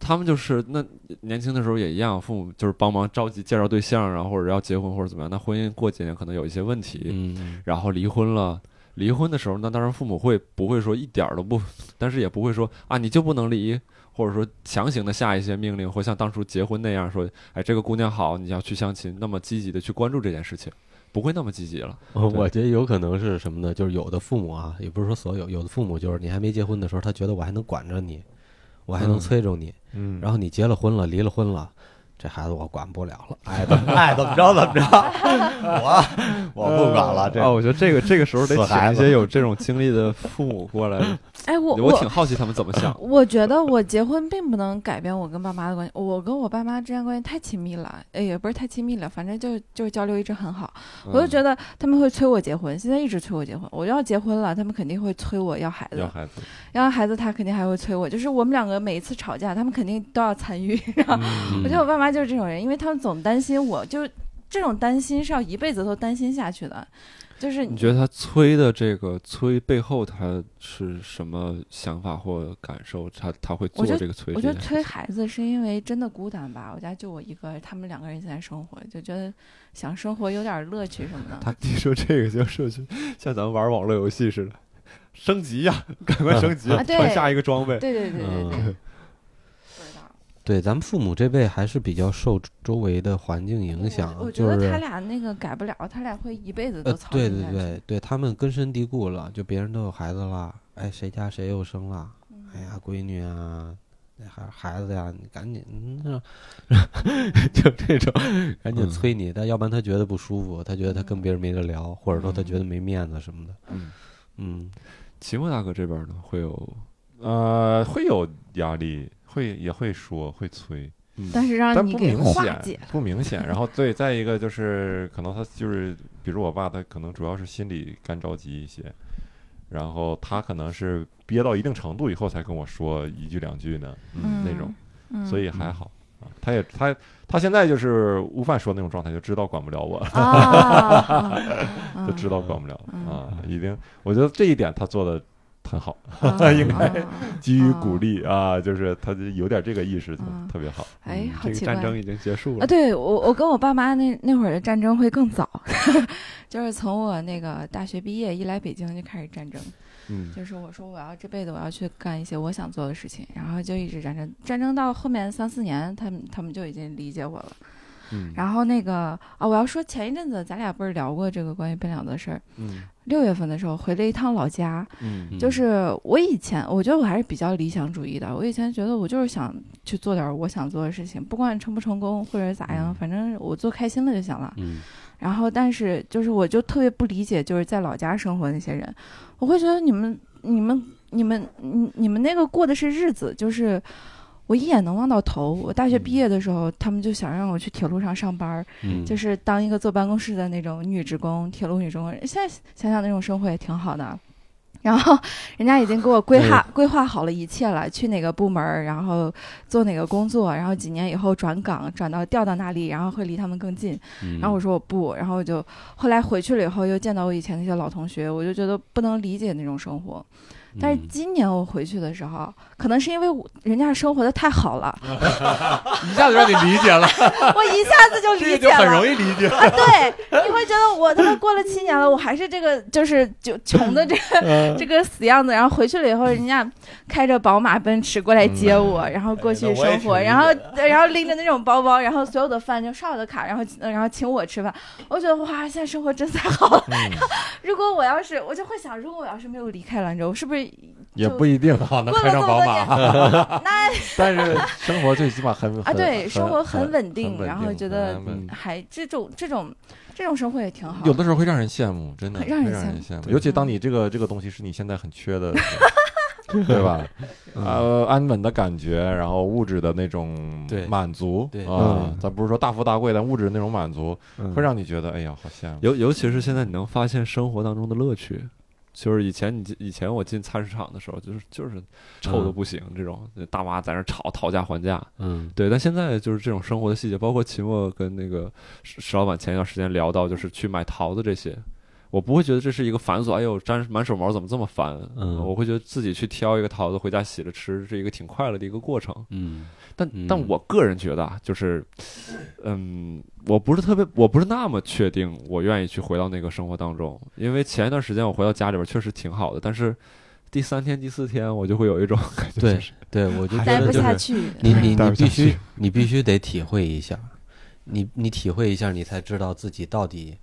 他们就是那年轻的时候也一样，父母就是帮忙着急介绍对象，然后或者要结婚或者怎么样。那婚姻过几年可能有一些问题，
嗯嗯
然后离婚了。离婚的时候，那当然父母会不会说一点儿都不，但是也不会说啊你就不能离，或者说强行的下一些命令，或像当初结婚那样说，哎这个姑娘好，你要去相亲，那么积极的去关注这件事情，不会那么积极了。
我我觉得有可能是什么呢？就是有的父母啊，也不是说所有，有的父母就是你还没结婚的时候，他觉得我还能管着你，我还能
嗯
催着你，
嗯，
然后你结了婚了，离了婚了。这孩子我管不了了，爱怎么爱怎么着怎么着，我我不管了，这
啊，我觉得这个这个时候得
死孩
请一
子
些有这种经历的父母过来，
哎，我
我挺好奇他们怎么想。
我觉得我结婚并不能改变我跟爸妈的关系，我跟我爸妈之间关系太亲密了，哎，也不是太亲密了，反正就就是交流一直很好。 我就
嗯
嗯
觉得他们会催我结婚，现在一直催我结婚，我要结婚了，他们肯定会催我要孩
要
子，
孩子，
然后孩子他肯定还会催我，就是我们两个每一次吵架，他们肯定都要参与。然后
嗯
我觉得我爸妈就是这种人，因为他们总担心我，就这种担心是要一辈子都担心下去的，就是
你觉得他催的这个催背后他是什么想法或感受？他他会做
我觉得
这个催
我
这
觉
件
得
事情？
催孩子是因为真的孤单吧，我家就我一个，他们两个人现在生活，就觉得想生活有点乐趣什么的。
他 你说这个就是像咱们玩网络游戏似的，升级呀、赶
嗯
快升级，
啊对
换下一个装备。
对对对对对，
嗯
不知道。
对，咱们父母这辈还是比较受周围的环境影响
我，我觉
就
得
是
他俩那个改不了，他俩会一辈子
呃
都，操
对
心
对
下去。
对对，他们根深蒂固了，就别人都有孩子啦，哎，谁家谁又生了，
嗯
哎呀，闺女啊，孩孩子呀、你赶紧，嗯， 就这种，赶紧
嗯
催你，但要不然他觉得不舒服，他觉得他跟别人没得聊，或者说他觉得没面子什么的，
嗯，
嗯，
秦墨大哥这边呢会 有，
呃，会有压力，会也会说，会催，
嗯
但是让
但
你
不
给
明
化
显
解，，
不明显。然后对，再一个就是可能他就是，比如我爸，他可能主要是心里干着急一些，然后他可能是憋到一定程度以后才跟我说一句两句呢，
嗯，
那种，
嗯，
所以还好。啊，他也他他现在就是悟饭说那种状态，就知道管不了我了。
哦啊，
就知道管不了了
嗯
啊，已经，我觉得这一点他做的 很好，
道
应该基于鼓
啊
励啊，就是他就有点这个意识，就
啊
特别好。
哎
嗯，
好奇怪。
已经结束
啊，对我，我跟我爸妈那那会儿的战争会更早， 就是从我那个大学毕业一来北京就开始战争，
嗯，
就是我说我要这辈子我要去干一些我想做的事情，然后就一直战争，战争到后面三四年，他们他们就已经理解我了，
嗯
然后那个啊、我要说前一阵子咱俩不是聊过这个关于奔两的事儿？
嗯
六月份的时候回了一趟老家，
嗯
嗯
就是我以前我觉得我还是比较理想主义的，我以前觉得我就是想去做点我想做的事情，不管成不成功或者咋样，
嗯
反正我做开心了就行了。
嗯
然后，但是就是我就特别不理解，就是在老家生活的那些人，我会觉得你们、你们、你们、你、你们那个过的是日子，就是我一眼能望到头。我大学毕业的时候，他们就想让我去铁路上上班儿，
嗯，
就是是当一个坐办公室的那种女职工，铁路女职工。现在想想那种生活也挺好的。然后人家已经给我规划、规划好了一切了，去哪个部门儿，然后做哪个工作，然后几年以后转岗，转到调到那里，然后会离他们更近。
嗯
然后我说我不，然后我就后来回去了以后又见到我以前那些老同学，我就觉得不能理解那种生活。
嗯
但是今年我回去的时候，可能是因为我人家生活的太好了，
一下就让你理解 了，
我一下子就理解了。
易理 解。
啊，对，你会觉得我他妈过了七年了，我还是这个就是就穷的这 个 这个死样子。然后回去了以后，人家开着宝马、奔驰过来接我，
嗯
然后过去生
哎
活，然后然后拎着那种包包，然后所有的饭就上我的卡，然后然后请我吃饭。我觉得哇，现在生活真太好了。
嗯
如果我要是，我就会想，如果我要是没有离开兰州，是不是
也不一定哈，能
过了这
开上
么
宝
多
马，啊
年？ 那
但是生活最起码很
啊，对，生活很稳
很
定，
稳
然后
定
觉得
很稳定
还这种这种这种生活也挺好。
有的时候会让人羡慕，
嗯
真的
会
会
让
让
人
人
羡
羡慕，
对
尤其当你这个这个东西是你现在很缺的， 对吧？呃，安稳的感觉，然后物质的那种
对
满足，
对
啊
嗯，
咱不是说大富大贵，但物质的那种满足
嗯
会让你觉得，哎呀，好羡慕。
尤尤其是现在你能发现生活当中的乐趣，就是以前你进以前我进菜市场的时候，就是就是臭的
嗯
不行，这种大妈在那儿吵讨价还价，
嗯
对，但现在就是这种生活的细节，包括秦墨跟那个石石老板前一段时间聊到，就是去买桃子这些，我不会觉得这是一个繁琐，哎呦，粘满手毛怎么这么烦？
嗯
我会觉得自己去挑一个桃子回家洗了吃，是一个挺快乐的一个过程。
嗯
但
嗯
但我个人觉得啊，就是，嗯，我不是特别，我不是那么确定，我愿意去回到那个生活当中，因为前一段时间我回到家里边确实挺好的，但是第三天、第四天我就会有一种感觉，
对
就是
对，我就觉
待
得
不
就是
下去，嗯
你你
待
你必
不下
须
去
你必须得体会一下，你你体会一下，你才知道自己到底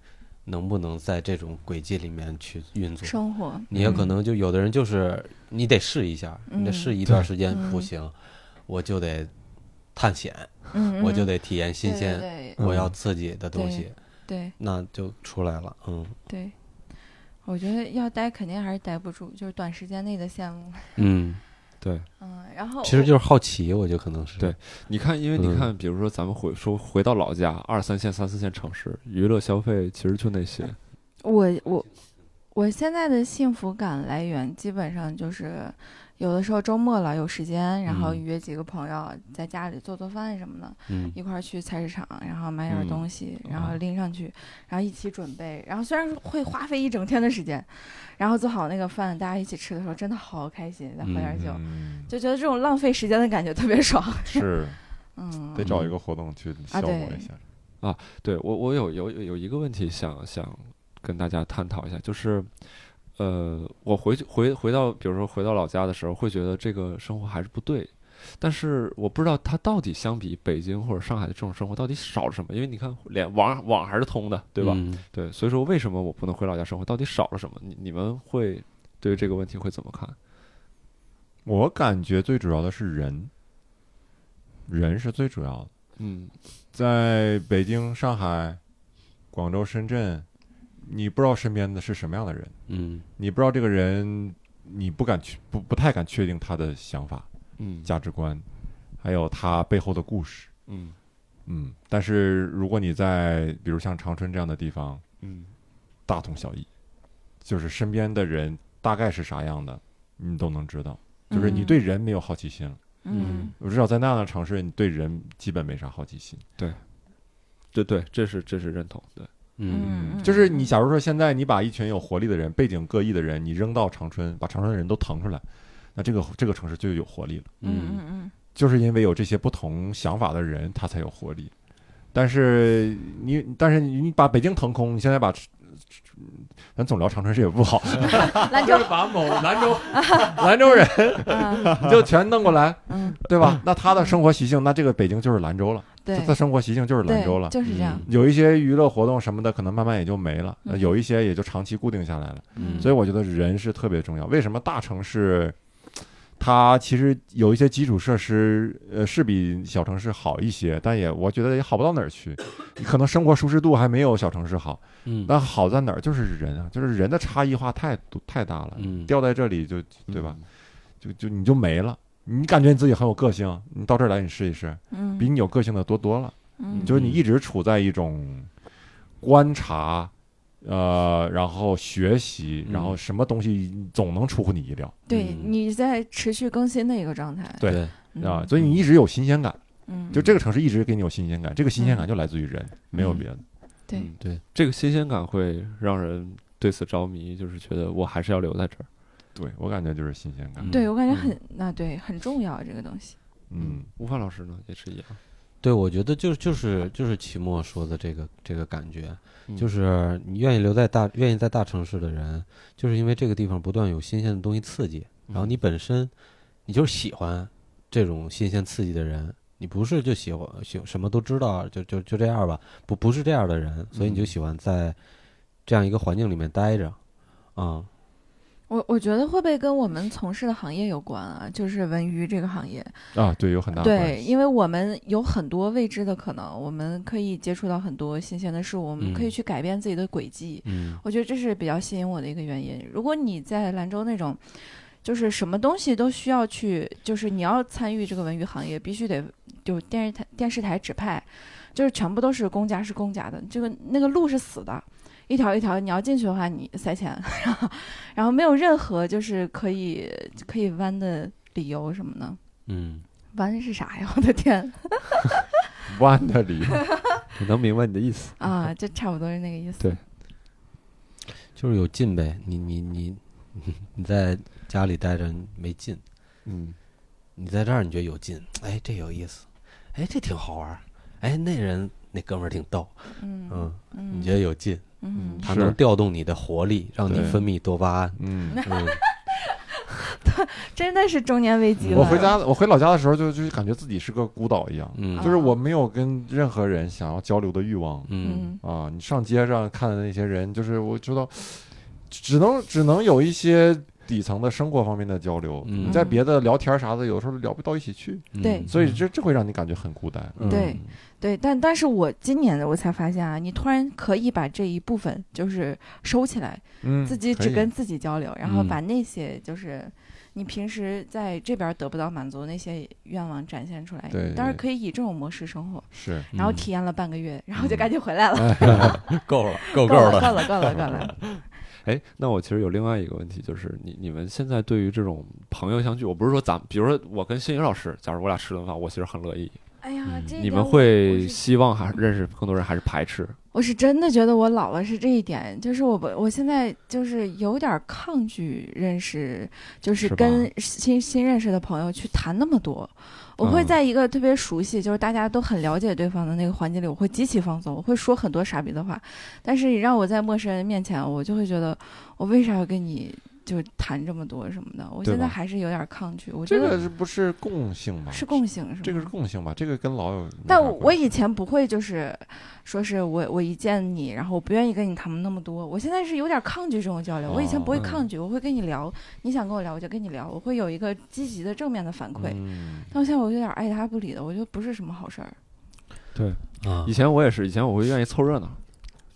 能不能在这种轨迹里面去运作。
生活，
你也可能就有的人就是你得试一下，你得
嗯
试一段时间
嗯
不行，我就得探险，
嗯，嗯
我就
嗯
得体验新鲜，
对对
我要刺激的东
对
西，
对
那就出来了。嗯
对，我觉得要待肯定还是待不住，就是短时间内的羡慕。
嗯，
对。
嗯，然后
其实
我
就是好奇，我觉得可能是
对你看，因为你
嗯
看，比如说咱们回说回到老家，二三线、三四线城市，娱乐消费其实就那些，
嗯
我我我现在的幸福感来源基本上就是，有的时候周末了有时间，然后
嗯
约几个朋友在家里做做饭什么的，
嗯
一块儿去菜市场，然后买点儿
嗯
东西，然
啊
后拎上去，然后一起准备。然后虽然说会花费一整天的时间，然后做好那个饭，大家一起吃的时候真的好开心，再喝点儿酒，
嗯，
就觉得这种浪费时间的感觉特别爽。
是
嗯，啊
得找一个活动去消磨一下。
对我，我有有有一个问题想想跟大家探讨一下，就是，呃，我回去回回到，比如说回到老家的时候，会觉得这个生活还是不对，但是我不知道它到底相比北京或者上海的这种生活到底少了什么，因为你看连网网还是通的，对吧？
嗯
对，所以说为什么我不能回老家生活，到底少了什么？你你们会对于这个问题会怎么看？
我感觉最主要的是人，人是最主要的。
嗯
在北京、上海、广州、深圳，你不知道身边的是什么样的人，
嗯
你不知道这个人，你不敢去不不太敢确定他的想法、
嗯
价值观，还有他背后的故事。
嗯
嗯，但是如果你在比如像长春这样的地方，
嗯
大同小异，就是身边的人大概是啥样的，你都能知道。 就是你对人没有好奇心了。
嗯
我至少在那样的城市，你对人基本没啥好奇心。
对对，这是这是认同，对，
嗯
嗯
就是你，假如说现在你把一群有活力的人、背景各异的人，你扔到长春，把长春的人都腾出来，那这个这个城市就有活力了。
嗯
嗯
嗯嗯
就是因为有这些不同想法的人，他才有活力。但是你，但是你把北京腾空，你现在把，咱总聊长春市也不 好，
嗯，兰州，
把某兰州 兰 州人
嗯
你就全弄过来，
嗯，
对吧？那他的生活习性，那这个北京就是兰州了。
对
他的生活习性就是兰州
对，
了。
就是这样。
嗯
有一些娱乐活动什么的，可能慢慢也就没了，呃
嗯
有一些也就长期固定下来了。
嗯
所以我觉得人是特别重要。为什么大城市它其实有一些基础设施，呃，是比小城市好一些，但也我觉得也好不到哪儿去。你可能生活舒适度还没有小城市好，
嗯
但好在哪儿就是人啊，就是人的差异化太多太大了。
嗯，
掉在这里就对
嗯
吧？？就就你就没了。你感觉你自己很有个性，你到这儿来你试一试，
嗯，
比你有个性的多多了。
嗯
就是你一直处在一种观察，呃，然后学习，
嗯
然后什么东西总能出乎你意料
对
嗯
你在持续更新的一个状态。
对
对，
嗯
啊，所以你一直有新鲜感。
嗯，
就这个城市一直给你有新鲜感，这个新鲜感就来自于人，没有别的。
对
嗯
对，
这个新鲜感会让人对此着迷，就是觉得我还是要留在这儿。
对我感觉就是新鲜感。
对我感觉
嗯
很那对很重要这个东西。
嗯，
吴范老师呢也是一样，
对，我觉得就就是就是齐墨说的这个这个感觉，
嗯
就是你愿意留在大愿意在大城市的人，就是因为这个地方不断有新鲜的东西刺激，
嗯
然后你本身你就是喜欢这种新鲜刺激的人，你不是就喜欢喜什么都知道，就就就这样吧，不不是这样的人，所以你就
嗯
喜欢在这样一个环境里面待着，啊、
我我觉得会不会跟我们从事的行业有关啊？就是文娱这个行业，
啊，对，有很大的关
对，
系。
因为我们有很多未知的可能，我们可以接触到很多新鲜的事物，我们可以
嗯
去改变自己的轨迹。
嗯
我觉得这是比较吸引我的一个原因。如果你在兰州那种，就是什么东西都需要去，就是你要参与这个文娱行业，必须得就电视台电视台指派，就是全部都是公家是公家的，这个那个路是死的，一条一条，你要进去的话，你塞钱，然后然后没有任何就是可以可以弯的理由什么的。
嗯，
弯是啥呀？我 的天
弯的理由，
我能明白 你的意思。
啊，就差不多是那个意思。
对
就是有劲呗，你你你 你在家里待着没劲，
嗯，
你在这儿你觉得有劲，哎，这有意思，哎，这挺好玩儿，哎，那人那哥们儿挺逗，
嗯
嗯，
嗯，
你觉得有劲，
嗯
它
是
能调动你的活力，让你
对
分泌多巴胺。
嗯，
嗯，
真的是中年危机了。
我回家，我回老家的时候就就感觉自己是个孤岛一样，
嗯
啊
啊
就是我没有跟任何人想要交流的欲望
嗯
嗯
啊。你上街上看的那些人，就是我知道，只能只能有一些底层的生活方面的交流。
嗯
你在别的聊天啥的，有时候聊不到一起去，
嗯
对
所以这这会让你感觉很孤单。
嗯
对对，但但是我今年我才发现啊，你突然可以把这一部分就是收起来，
嗯，
自己
可
只
以
跟自己交流，然后
嗯
把那些就是你平时在这边得不到满足那些愿望展现出来。
对
但是
对
可以以这种模式生活，
是
然后体验了半个月，然后就赶紧回来了，
够了，够
够了，够了，够了，够
够
了。
哎，那我其实有另外一个问题，就是你你们现在对于这种朋友相聚，我不是说咱，比如说我跟新宇老师，假如我俩吃顿饭，我其实很乐意。
哎呀，
嗯
这一
你
点
们
我
会
我是
希望还认识更多人，还是排斥？
我是真的觉得我老了是这一点，就是我不，我现在就是有点抗拒认识，就是
是吧
跟新新认识的朋友去谈那么多。我会
嗯
在一个特别熟悉，就是大家都很了解对方的那个环境里，我会极其放松，我会说很多傻逼的话。但是你让我在陌生人面前，我就会觉得我为啥要跟你就谈这么多什么的？我
对
现在
吧
还是有点抗拒，我觉
这
得
个是不是共性吧？
是共性，是吗？
这个是共性吧？这个跟老有没啥关系，
但我以前不会，就是说是我我一见你，然后我不愿意跟你谈那么多。我现在是有点抗拒这种交流。我以前不会
哦
嗯
抗拒，我会跟你聊，你想跟我聊我就跟你聊，我会有一个积极的正面的反馈。
嗯
但我现在我有点爱答不理的，我觉得不是什么好事儿
啊嗯
以，前我也是，以前我会愿意凑热闹，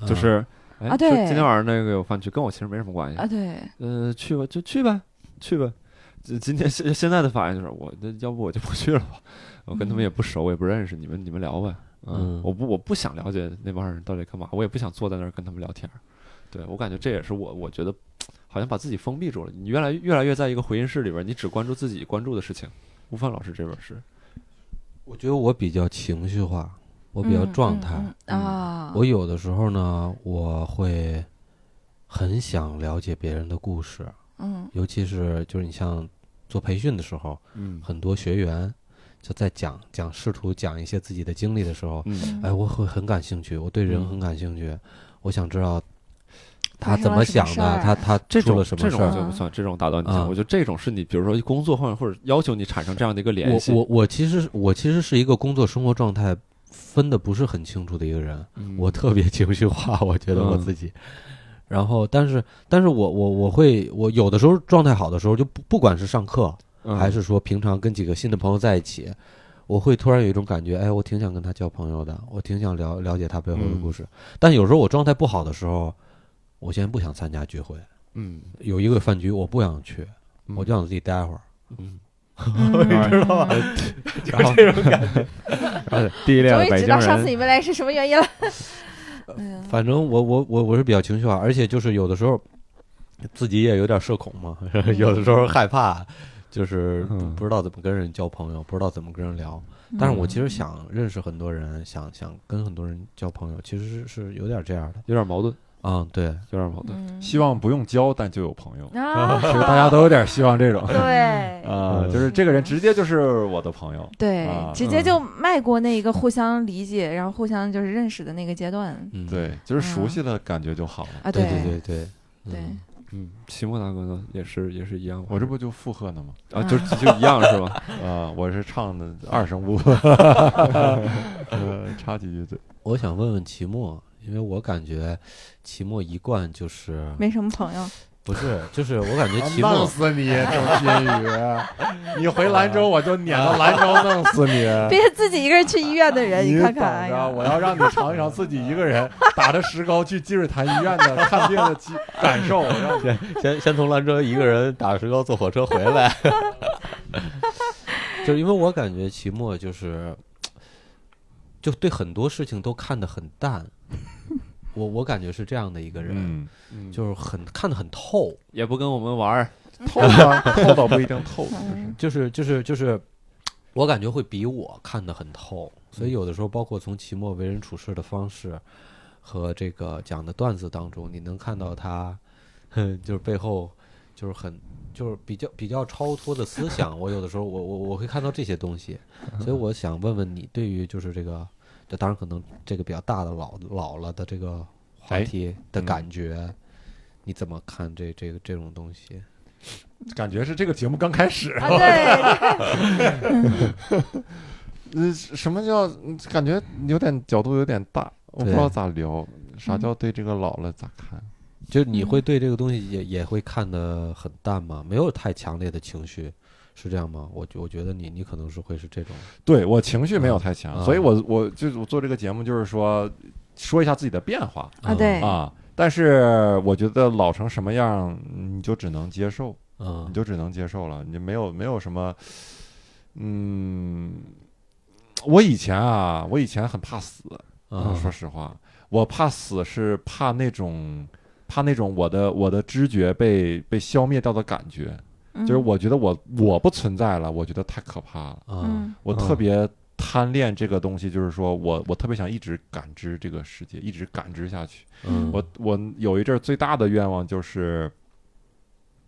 就是。哎说
啊对
今天晚上那个有饭局，跟我其实没什么关系
啊。。对，
呃，去吧，就去呗，去呗。这今天现现在的反应就是，我那要不我就不去了吧，我跟他们也不熟，我也不认识，你们你们聊呗。
嗯
我不我不想了解那帮人到底干嘛，我也不想坐在那儿跟他们聊天儿。对我感觉这也是我我觉得好像把自己封闭住了，你越来越来越在一个回音室里边，你只关注自己关注的事情。吴凡老师这边是，
我觉得我比较情绪化，我比较
嗯
状态。
嗯嗯啊，
我有的时候呢，我会很想了解别人的故事，
嗯
尤其是就是你像做培训的时候，
嗯
很多学员就在讲讲试图讲一些自己的经历的时候，
嗯
哎，我会很感兴趣，我对人
嗯
很感兴趣，我想知道
发
他
生
怎
了
么
什么
想
事
的，
儿啊
他他
这
出
种
了什么
这
事
种
儿
就。不算，这种打断你一下，
啊
我觉得这种是你比如说工作或者或者要求你产生这样的一个联系。
我我我其实是我其实是一个工作生活状态分的不是很清楚的一个人，
嗯
我特别情绪化，我觉得我自己。然后，但是，但是我我我会，我有的时候状态好的时候，就不不管是上课，
嗯
还是说平常跟几个新的朋友在一起，我会突然有一种感觉，哎，我挺想跟他交朋友的，我挺想了了解他背后
嗯
的故事。但有时候我状态不好的时候，我现在不想参加聚会，
嗯，
有一个饭局我不想去，
嗯
我就想自己待会儿。
嗯
知道吧
然后这种感觉，第 一
终
恋
于
北
知
京
道上次
人，
你们来是什么原因了。嗯，
反正我我我我是比较情绪化，而且就是有的时候自己也有点社恐嘛， 有的时候害怕，就是不
嗯
不知道怎么跟人交朋友，不知道怎么跟人聊。 但是我其实想认识很多人，想想跟很多人交朋友，其实是是有点这样的。
有点矛盾，
嗯，对，
有点矛盾。
嗯
希望不用交，但就有朋 友。
啊，
其实大家都有点希望这种
对
啊，就是这个人直接就是我的朋友。
对
啊，
直
嗯
接就迈过那一个互相理解，然后互相就是认识的那个阶段
嗯，
对，就是熟悉了感觉就好了。
啊，
对对对对
对
嗯
嗯，期末大哥呢也是也是一样吧，
我这不就附和呢吗？
啊就就一样是吧？
啊，我是唱的二声 部，呃，插几句嘴。
我想问问齐墨，因为我感觉齐墨一贯就是
没什么朋友，
不是就是我感 觉齐
啊弄
墨
死你，周新宇！你回兰州，我就撵到兰州弄死你！
别自己一个人去医院的人，
你啊
看
等
看，哎
着，
呀，
我要让你尝一尝自己一个人打着石膏去积水潭医院的看病的机感受。我让你
先先从兰州一个人打石膏坐火车回 来，就是因为我感觉齐墨就是，就对很多事情都看得很淡，我我感觉是这样的一个人，
嗯，
嗯
就是很看得很透，
也不跟我们玩儿，
透吧，透吧不一定透，
嗯
就是就是就是，我感觉会比我看得很透，所以有的时候包括从齐墨为人处事的方式和这个讲的段子当中，你能看到他，哼，就是背后就是很就是比较比较超脱的思想。我有的时候我我我会看到这些东西，所以我想问问你，对于就是这个，这当然可能这个比较大的老老了的这个话
哎
题的
嗯
感觉。你怎么看这这个这种东西？
感觉是这个节目刚开始。
啊，对，
呃，什么叫嗯感觉有点角度有点大，我不知道咋聊。啥叫对这个老了咋看？
就是你
嗯
会对这个东西也也会看得很淡吗？没有太强烈的情绪，是这样吗？我觉我觉得你你可能是会是这种，
对我情绪没有太强，
嗯
所以我我就是我做这个节目就是说说一下自己的变化
啊对
啊。但是我觉得老成什么样，你就只能接受，
嗯，
你就只能接受了，你没有没有什么，嗯，我以前啊，我以前很怕死，
嗯
说实话，我怕死是怕那种，怕那种我的我的知觉被被消灭掉的感觉，就是
嗯
我觉得我我不存在了，我觉得太可怕了，
嗯
嗯，
我特别贪恋这个东西，就是说我我特别想一直感知这个世界，一直感知下去。
嗯
我我有一阵儿最大的愿望就是，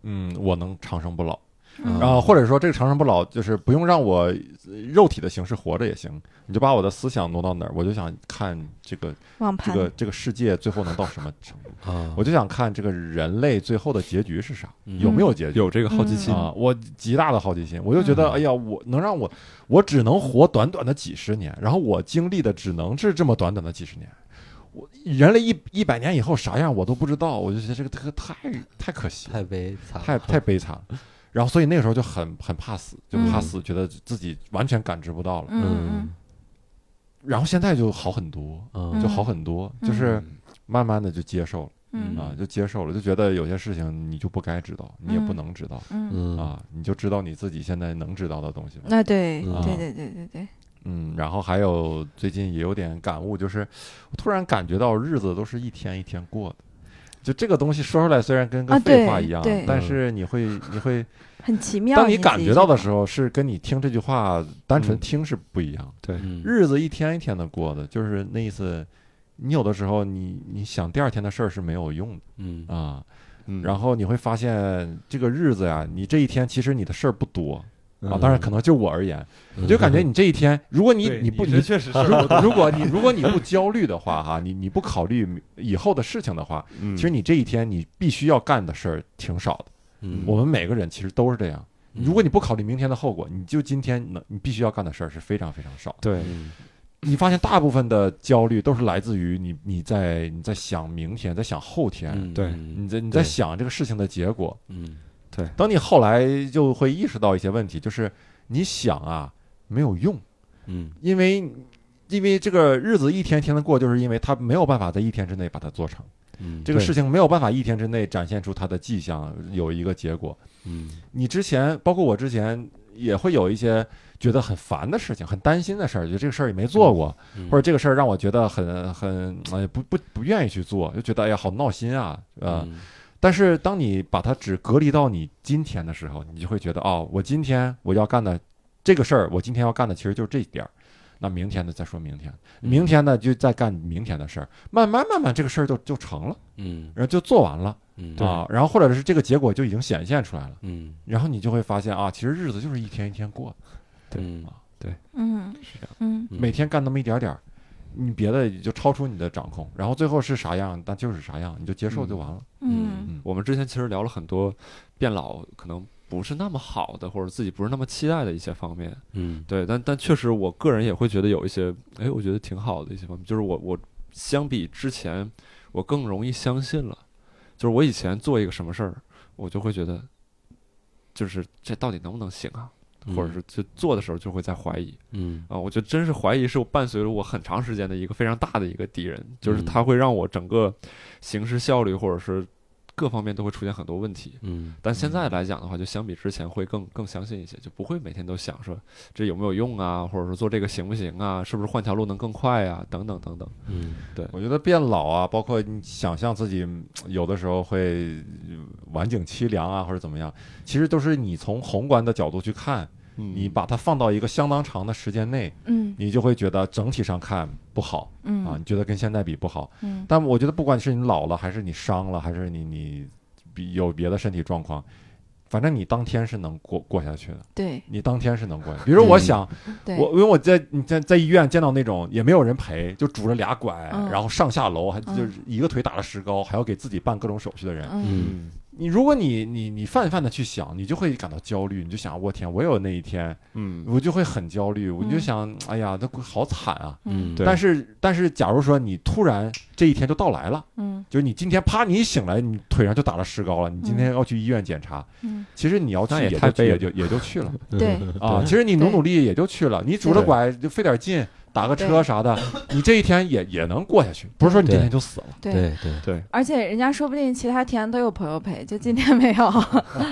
嗯，我能长生不老。
嗯，
然后或者说这个长生不老，就是不用让我呃肉体的形式活着也行，你就把我的思想挪到哪儿，我就想看这个
网
这
盘，
个这个世界最后能到什么程度，
啊，
我就想看这个人类最后的结局是啥，
嗯
有没有结局？
有这个好奇心
嗯，
啊！我极大的好奇心，我就觉得，
嗯
哎呀，我能让我，我只能活短短的几十年，然后我经历的只能是这么短短的几十年。我人类一一百年以后啥样我都不知道，我就觉得这个特太太可惜了，
太悲惨了，
太太悲惨了。然后，所以那个时候就很很怕死，就怕死，觉得自己完全感知不到了。
嗯嗯
然后现在就好很多，
嗯
就好很多，
嗯
就是慢慢的就接受了、
嗯
啊，就接受了，就觉得有些事情你就不该知道，你也不能知道、
嗯，
嗯
啊，你就知道你自己现在能知道的东西吧。
那对
嗯
对对对对对，
嗯，然后还有最近也有点感悟，就是我突然感觉到日子都是一天一天过的。就这个东西说出来，虽然跟
啊
个废话
对
一样，
对
但是你会你会
很奇妙。
当你感觉到的
候，
时候，是跟你听这句话单
嗯
纯听是不一样。
对，
嗯
日子一天一天的过的，就是那意思。你有的时候你，你想第二天的事儿是没有用
嗯
的啊。
嗯
然后你会发现，这个日子呀，你这一天其实你的事儿不多啊。
嗯
当然，可能就我而言，
嗯
你就感觉你这一天，如果你
对
你不
这确实是，
如果如果你如果你不焦虑的话，哈，你你不考虑以后的事情的话，
嗯
其实你这一天你必须要干的事儿挺少的。
嗯
我们每个人其实都是这样。
嗯
如果你不考虑明天的后果，你就今天能你必须要干的事儿是非常非常少的。
对，
嗯
你发现大部分的焦虑都是来自于你你在你在想明天，在想后天，
嗯
对
嗯
你在你在
对
想这个事情的结果。
嗯
等你后来就会意识到一些问题，就是你想啊没有用，
嗯
因为因为这个日子一天天的过，就是因为他没有办法在一天之内把它做成，
嗯，
这个
对
事情没有办法一天之内展现出它的迹象，有一个结果。
嗯
你之前，包括我之前，也会有一些觉得很烦的事情，很担心的事儿，就这个事儿也没做过，
嗯
或者这个事儿让我觉得很很哎不不不愿意去做，就觉得哎呀好闹心啊，呃，
嗯
但是当你把它只隔离到你今天的时候，你就会觉得哦，我今天我要干的这个事儿，我今天要干的其实就是这点儿。那明天呢？再说明天，
嗯
明天呢就再干明天的事儿，慢慢慢慢这个事儿就就成了，
嗯
然后就做完了
嗯
啊，然后或者是这个结果就已经显现出来了，
嗯
然后你就会发现啊，其实日子就是一天一天过，
对
嗯
嗯嗯
嗯
每天干那么一点点儿，你别的也就超出你的掌控，然后最后是啥样，那就是啥样，你就接受就完了。
嗯
我们之前其实聊了很多变老可能不是那么好的，或者自己不是那么期待的一些方面。
嗯
对，但但确实，我个人也会觉得有一些，哎，我觉得挺好的一些方面，就是我我相比之前，我更容易相信了。就是我以前做一个什么事儿，我就会觉得，就是这到底能不能行啊？或者是就做的时候就会在怀疑
嗯
啊。我觉得真是怀疑是我伴随了我很长时间的一个非常大的一个敌人，就是
嗯
它会让我整个行事效率或者是各方面都会出现很多问题。
嗯
但现在来讲的话，就相比之前会更更相信一些，就不会每天都想说这有没有用啊，或者说做这个行不行啊，是不是换条路能更快啊，等等等等。
嗯
我觉得变老啊，包括你想象自己嗯有的时候会呃晚景凄凉啊，或者怎么样，其实都是你从宏观的角度去看，
嗯
你把它放到一个相当长的时间内，
嗯
你就会觉得整体上看不好啊，
嗯
你觉得跟现在比不好。
嗯
但我觉得不管是你老了，还是你伤了，还是你你比有别的身体状况，反正你当天是能过过下去的，
对
你当天是能过下去。比如我想，
对
我因为我在你在在医院见到那种也没有人陪，就拄着俩拐，
嗯
然后上下楼，还
嗯
就是一个腿打了石膏，还要给自己办各种手续的人，
嗯
嗯
你如果你你你泛泛的去想，你就会感到焦虑，你就想我天，我也有那一天，
嗯
我就会很焦虑，我就
嗯
想，哎呀，那好惨啊！
嗯
对
但是但是，假如说你突然这一天就到来了，
嗯
就是你今天啪，你一醒来，你腿上就打了石膏了，你今天要去医院检查，
嗯
其实你要去
那也
也
太
就去
悲
也
了
就也就去了。
对
啊，其实你努努力也就去了，你拄着
对
拐就费点劲，打个车啥的，你这一天也也能过下去，不是说你
对
今天就死了。
对，
对对，
对，
而且人家说不定其他天都有朋友陪，就今天 没有。
哎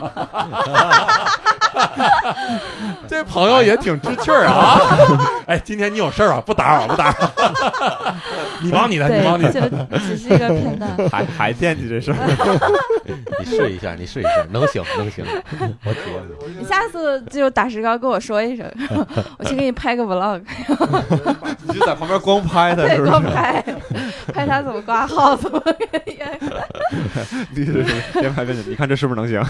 这朋友也挺知趣儿啊！哎，今天你有事儿啊？不打扰，不打扰。你忙你的，你忙你
对，
的。
就只是一个片段。
还还惦记这事儿，
你试一下，你试一下，能行能行，我我
你下次就打石膏跟我说一声， 我去给你拍个 vlog，
你就在旁边光拍他，
对，
是
给
不
我
是？
拍，拍他怎么挂号，怎么给你
对对对，边拍边讲，你看这是不是能行？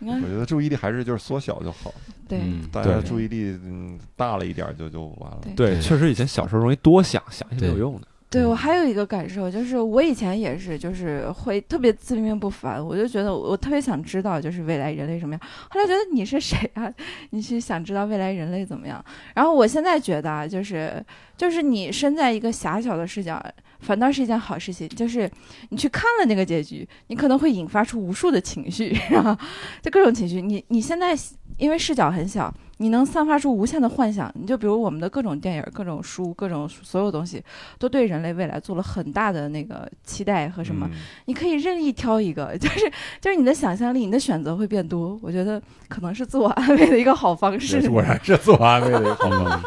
你看，
觉得注意力还是就是缩小就好，
对，
大
对
家注意力嗯大了一点儿就就完了。
对，确实以前小时候容易多想，想一些没有
对
用的。
对
嗯
我还有一个感受，就是我以前也是，就是会特别自命不凡，我就觉得我我特别想知道，就是未来人类什么样。后来觉得你是谁啊？你去想知道未来人类怎么样？然后我现在觉得啊，就是就是你身在一个狭小的视角，反倒是一件好事情。就是你去看了那个结局，你可能会引发出无数的情绪， 然后就各种情绪。你你现在因为视角很小。你能散发出无限的幻想，你就比如我们的各种电影、各种书、各种所有东西，都对人类未来做了很大的那个期待和什么。
嗯？
你可以任意挑一个， 就是就是你的想象力，你的选择会变多。我觉得可能是自我安慰的一个好方式。
果然是自我安慰的一个好方式。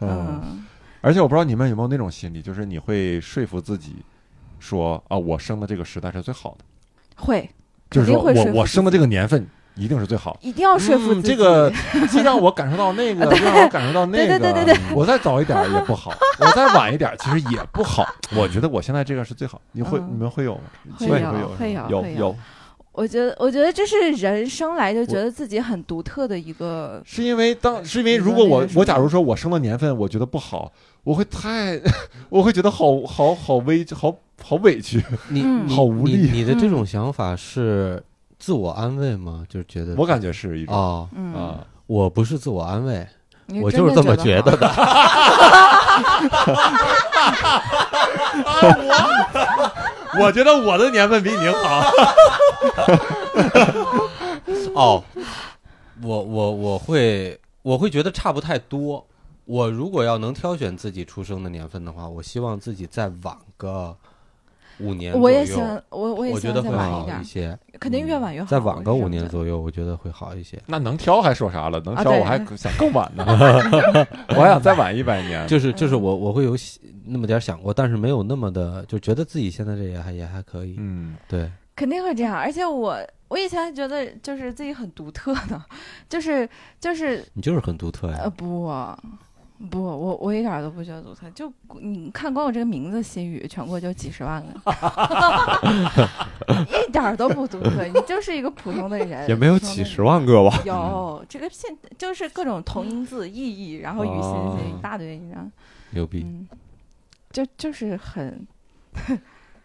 嗯，
嗯
而且我不知道你们有没有那种心理，就是你会说服自己说啊，我生的这个时代是最好的，
会
就
肯
是
定
说
会
我
说服
我
自
生的这个年份一定是最好的。
一定要说服自
嗯、
己。
这个，既让我感受到那 个，又让我感受到那个。
对对对对
我再早一点儿也不好，我再晚一点儿其实也不好。我觉得我现在这个是最好。你会、
嗯
你们会有吗？
会
基本
有
会有
会
是吧
有会有我觉得我觉得这是人生来就觉得自己很独特的一个。
是因为当是因为
你说
如果
那个
我
是
我假如说我生的年份我觉得不好，我会太 我会觉得好好好委好好委屈，
你
嗯
你
好无
你
力
你的这种想法是自我安慰吗？就是觉得
我感觉是一种
哦，
嗯
啊，
我不是自我安慰，
你
我
真
就是
的
这么觉得
好
的。 我觉得我的年份比您好。 哦，我我我会我会觉得差不太多。我如果要能挑选自己出生的年份的话，我希望自己再晚个五年左右。
我也喜欢，我我也
我
喜
觉
欢再
得会
晚一
好
点儿
一，些，嗯
肯定越晚越好。
再晚个
我是这
五
么
年
觉得
左右，我觉得会好一些。
那能挑还说啥了？能
啊
挑
对
我 还想更晚呢， 我还想再晚一百 年。
就是就是我我会有喜那么点儿想过，但是没有那么的，就觉得自己现在这也还也还可以。
嗯，
对，
肯定会这样。而且我我以前还觉得就是自己很独特呢，就是就是
你就是很独特呀。
呃不不，我我一点儿都不觉得独特。就你看，光我这个名字“新宇”，全国就几十万 个，一点儿都不独特，你就是一个普通的人，
也没有
普通的
几
人
十。万个
嗯
吧？
有这个现就是各种同音字、意义，然后语心
哦
这一大堆，你知道吗？
牛逼！
嗯，就就是很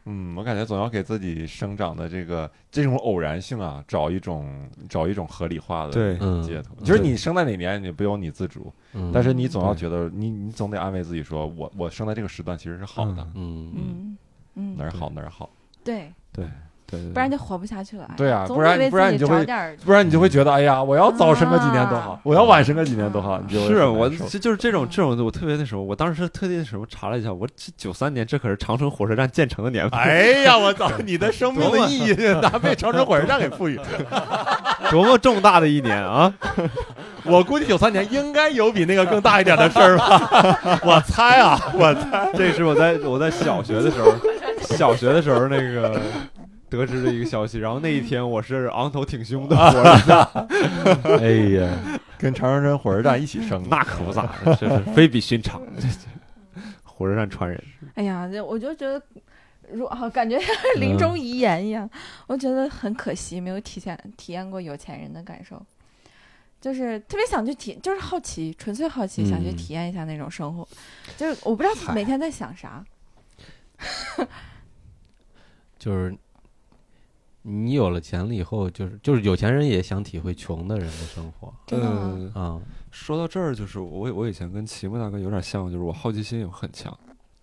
嗯，我感觉总要给自己生长的这个这种偶然性啊，找一种找一种合理化的
对
嗯
借口。就是你生在哪年，你不由你自主，
嗯
但是你总要
对
觉得你你总得安慰自己说，我我生在这个时段其实是好的，
嗯，
嗯嗯
哪儿好哪儿好。
对，
对，对
不然就活不下去了。哎呀
对啊
总
不然
得为
不然
自己
你就
找
会
点儿
不然你就会觉得，哎呀，我要早生个几年多好
啊，
我要晚生个几年多好，你就会
是啊
很
我
难受
这就是这种
嗯
这种我特别那什么，我当时特地那什么查了一下，我这九三年这可是长城火车站建成的年份，
哎呀，我操！你的生 命的意义拿被长城火车站给 赋予，
多么重大的一年啊！
我估计九三年应该有比那个更大一点的事儿吧， 我猜啊，我猜
这是我在我在小学的时候，小学的时候那个得知的一个消息，然后那一天我是昂头挺胸的活着，
哎呀，
跟长城火车站一起生的。
那可不咋的，这是非比寻常，这这火车站传人。
哎呀，这我就觉得，如啊，感觉
嗯
临终遗言一样，我觉得很可惜，没有体现体验过有钱人的感受，就是特别想去体，就是好奇，纯粹好奇，想去
嗯
体验一下那种生活，就是我不知道每天在想啥，
就是你有了钱了以后，就是就是有钱人也想体会穷的人的生活
真的
嗯
吗？嗯
啊。
说到这儿，就是我我以前跟齐木大哥有点像，就是我好奇心也很强，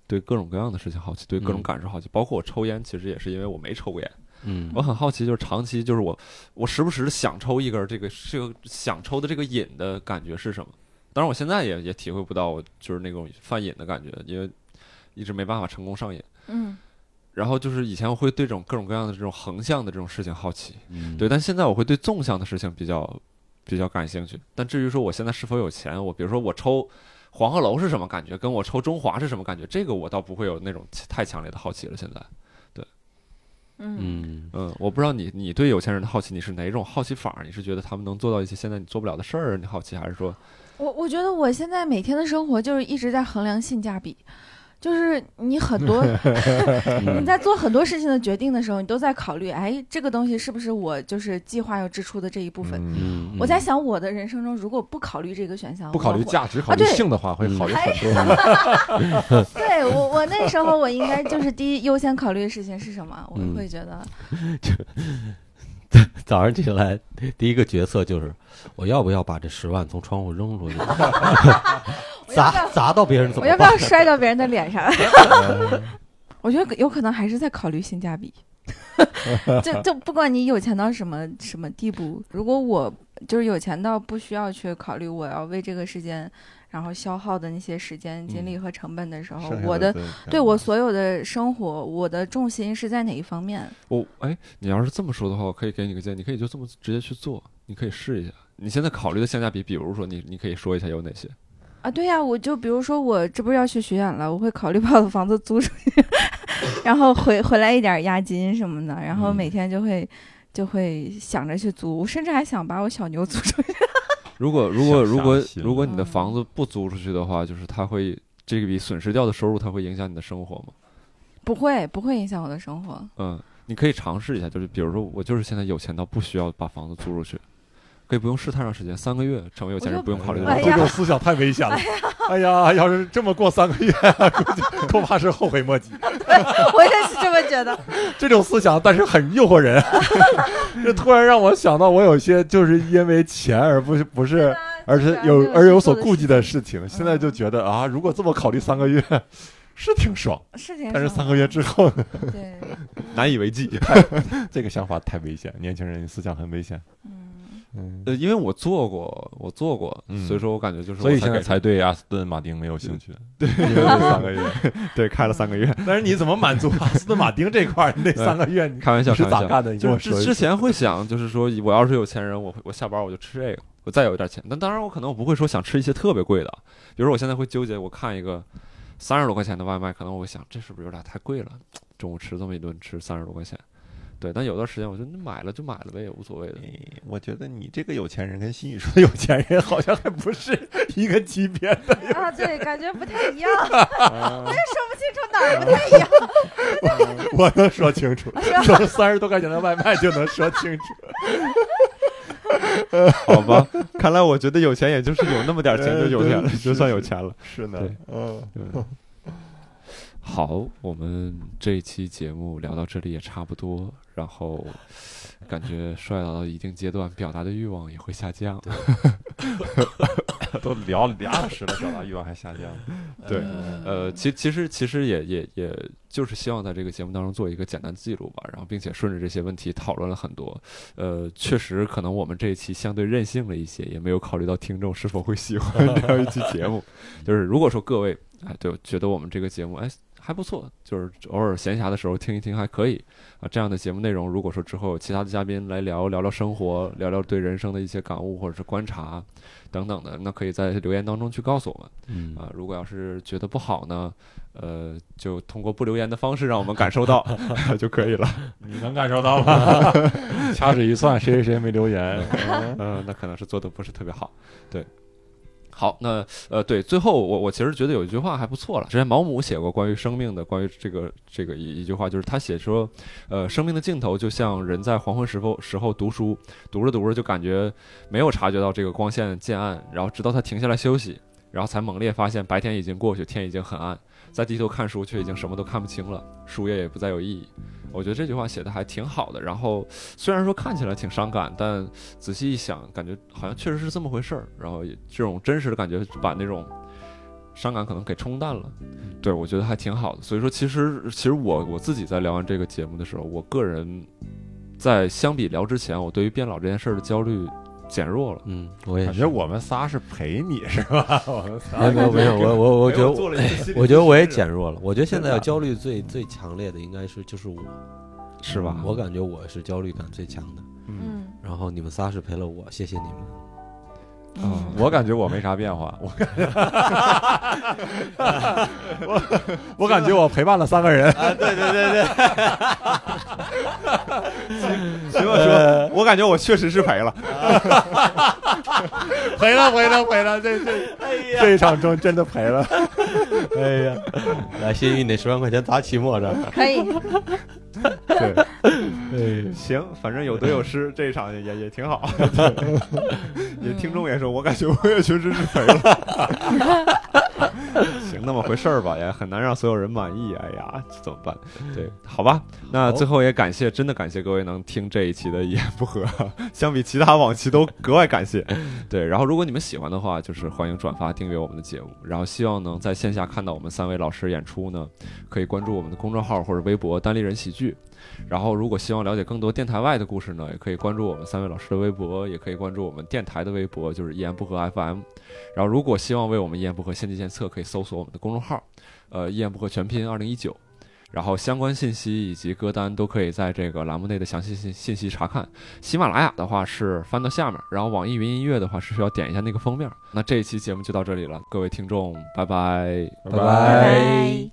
对各种各样的事情好奇，对各种
嗯
感受好奇，包括我抽烟，其实也是因为我没抽过烟，
嗯
哦
我很好奇，就是长期就是我我时不时地想抽一根儿这个这个想抽的这个瘾的感觉是什么？当然，我现在也也体会不到，就是那种犯瘾的感觉，因为一直没办法成功上瘾。
嗯，
然后就是以前我会对这种各种各样的这种横向的这种事情好奇，
嗯，
对，但现在我会对纵向的事情比较比较感兴趣。但至于说我现在是否有钱，我比如说我抽黄鹤楼是什么感觉，跟我抽中华是什么感觉，这个我倒不会有那种太强烈的好奇了。现在，
嗯，
嗯，
嗯，我不知道你你对有钱人的好奇，你是哪种好奇法儿？你是觉得他们能做到一些现在你做不了的事儿，你好奇，还是说
我我觉得我现在每天的生活就是一直在衡量性价比。就是你很多
嗯
你在做很多事情的决定的时候，你都在考虑，哎，这个东西是不是我就是计划要支出的这一部分？
嗯，
嗯，
我在想，我的人生中如果不考虑这个选项，
不考虑
我会，
价值，考虑
啊对
性的话会好一
哎
很 多。
对我我那时候我应该就是第一优先考虑的事情是什么？我
嗯
会觉得，
早上起来第一个决策就是我要不要把这十万从窗户 扔出去，
我要不
砸
要
砸到别人怎
我
么
要不
办？
要摔到别人的脸上？哎我觉得有可能还是在考虑性价 比，就就不管你有钱到什么什么地步，如果我就是有钱到不需要去考虑我要为这个时间，然后消耗的那些时间、精力和成本的时候，
嗯剩下
我的
自己
对我所有的生活，我的重心是在哪一方面？
我哎，你要是这么说的话，我可以给你个建议，你可以就这么直接去做，你可以试一下。你现在考虑的性价比，比如说你你可以说一下有哪些？
啊，对呀、我就比如说我这不是要去巡演了，我会考虑把我的房子租出去， 然后回回来一点押金什么的，然后
嗯
每天就会、就会想着去租，我甚至还想把我小牛租出去。
如果如果
想
如果
下心嗯
如果你的
嗯
房子不租出去的话，就是它会这个笔损失掉的收入，它会影响你的生活吗？
不会，不会影响我的 生活。
嗯，你可以尝试一下，就是比如说我就是现在有钱到不需要把房子租出去，可以不用试太长时间，三个月成为有钱人
我就
不用考虑的
哎
问
呀
题。
这种思想太危险了。哎呀，要是这么过三个月， 估计恐怕是后悔莫及。
我也是这么觉得。
这种思想，但是很诱 惑 人。这突然让我想到，我有些就是因为钱而不是不是而且
对啊这
有
个
而
是
有
做
所
的
顾
事嗯
忌的事情。现在就觉得啊，如果这么考虑三个月，是挺爽，
事情
但是
上
三个月之后呢，
对，
难以为继。
这个想法太危险，年轻人思想很危险。
嗯，
嗯，
呃，因为我做过，我做过，
嗯
所以说我感觉就是
所
我
以
才
现在
给
才对阿斯顿马丁没有兴趣。
因为这三个月，对，开了三个月。
但是你怎么满足阿斯顿马丁这块儿？ 那三个月你
开玩笑，
你是
开玩笑。
咋干的？你跟
就
我
是
说
之
一
之
说
前会想，就是说我要是有钱人，我会我下班我就吃这个，我再有一点钱。但当然我可能我不会说想吃一些特别贵的，比如说我现在会纠结，我看一个三十多块钱的外卖，可能我会想这是不是有点太贵了？中午吃这么一顿吃三十多块钱，对。但有段时间我觉得那买了就买了呗，也无所谓的。
哎我觉得你这个有钱人跟 新宇说的有钱人好像还不是一个级别的。
啊，对，感觉不太一样， 说
啊
不清楚哪儿不太一样。
我能说清 楚，说三十多块钱的外卖就能说清楚。
好吧， 看来我觉得有钱也就是有那么点钱就有 钱了，就算有钱了。
是呢
对，
嗯，
好，我们这一期节目聊到这里也差不多，然后感觉衰老到一定阶段，表达的欲望也会下降。
都聊了俩小时了，表达欲望还 下降。
对，
嗯
嗯
呃，其其实其实也也也就是希望在这个节目当中做一个简单记录吧，然后并且顺着这些问题讨论了很多。呃，确实可能我们这一期相对任性了一些，也没有考虑到听众是否会喜欢这样一期节目。就是如果说各位哎，对，觉得我们这个节目哎还不错，就是偶尔闲暇的时候听一听还可以啊。这样的节目内容，如果说之后有其他的嘉宾来聊聊聊生活，聊聊对人生的一些感悟或者是观察等等的，那可以在留言当中去告诉我们。
嗯
啊，如果要是觉得不好呢，呃，就通过不留言的方式让我们感受到 就可以了。
你能感受到吗？ 掐指一算，谁谁谁没留言。
嗯，那可能是做的不是特别好。对，好，那呃，对，最后我我其实觉得有一句话还不错了。之前毛姆写过关于生命的，关于这个这个一一句话，就是他写说，呃，生命的尽头就像人在黄昏时候时候读书，读着读着就感觉没有察觉到这个光线渐暗，然后直到他停下来休息，然后才猛烈发现白天已经过去，天已经很暗，再低头看书却已经什么都看不清了，书页也不再有意义。我觉得这句话写的还挺好的，然后虽然说看起来挺伤感，但仔细一想，感觉好像确实是这么回事儿。然后也这种真实的感觉，把那种伤感可能给冲淡了。
嗯
对，我觉得还挺好的。所以说，其实其实我我自己在聊完这个节目的时候，我个人在相比聊之前，我对于变老这件事儿的焦虑减弱了。
嗯，我也
感
是
觉我们仨是陪你是吧？我们仨
没有没有没有，我我我觉得我
哎了一次心理
我觉得我也
测试
减弱了。我觉得现在要
真的
焦虑最最强烈的应该是就是我，
是吧
我感觉我是焦虑感最强的。
嗯，
嗯，
然后你们仨是陪了我，谢谢你们。
啊
我感觉我没啥变化，我感觉我我感觉我陪伴了三个 人，
啊，对对对对，
行吧，说，我感觉我确实是赔了。
陪了陪了陪了，这这这一场中真的陪了。
哎呀， 来，谢玉，你那十万块钱砸期末上。
嗯可以，
对，
嗯
行，反正有得有失，这一场也也挺好。也听众也说，我感觉我也确实是赔了。行，那么回事儿吧，也很难让所有人满意。哎呀，这怎么办？对，好吧。那最后也感谢，真的感谢各位能听这一期的一言不合，相比其他往期都格外感谢。对，然后如果你们喜欢的话，就是欢迎转发订阅我们的节目，然后希望能在线下看到我们三位老师演出呢，可以关注我们的公众号或者微博“单立人喜剧”。然后，如果希望了解更多电台外的故事呢，也可以关注我们三位老师的微博，也可以关注我们电台的微博，就是一言不合 FM。然后，如果希望为我们一言不合献计献策，可以搜索我们的公众号，呃，一言不合全拼二零一九。然后相关信息以及歌单都可以在这个栏目内的详细信信息查看。喜马拉雅的话是翻到下面，然后网易云音乐的话是需要点一下那个封面。那这一期节目就到这里了，各位听众，拜拜。
拜拜
拜。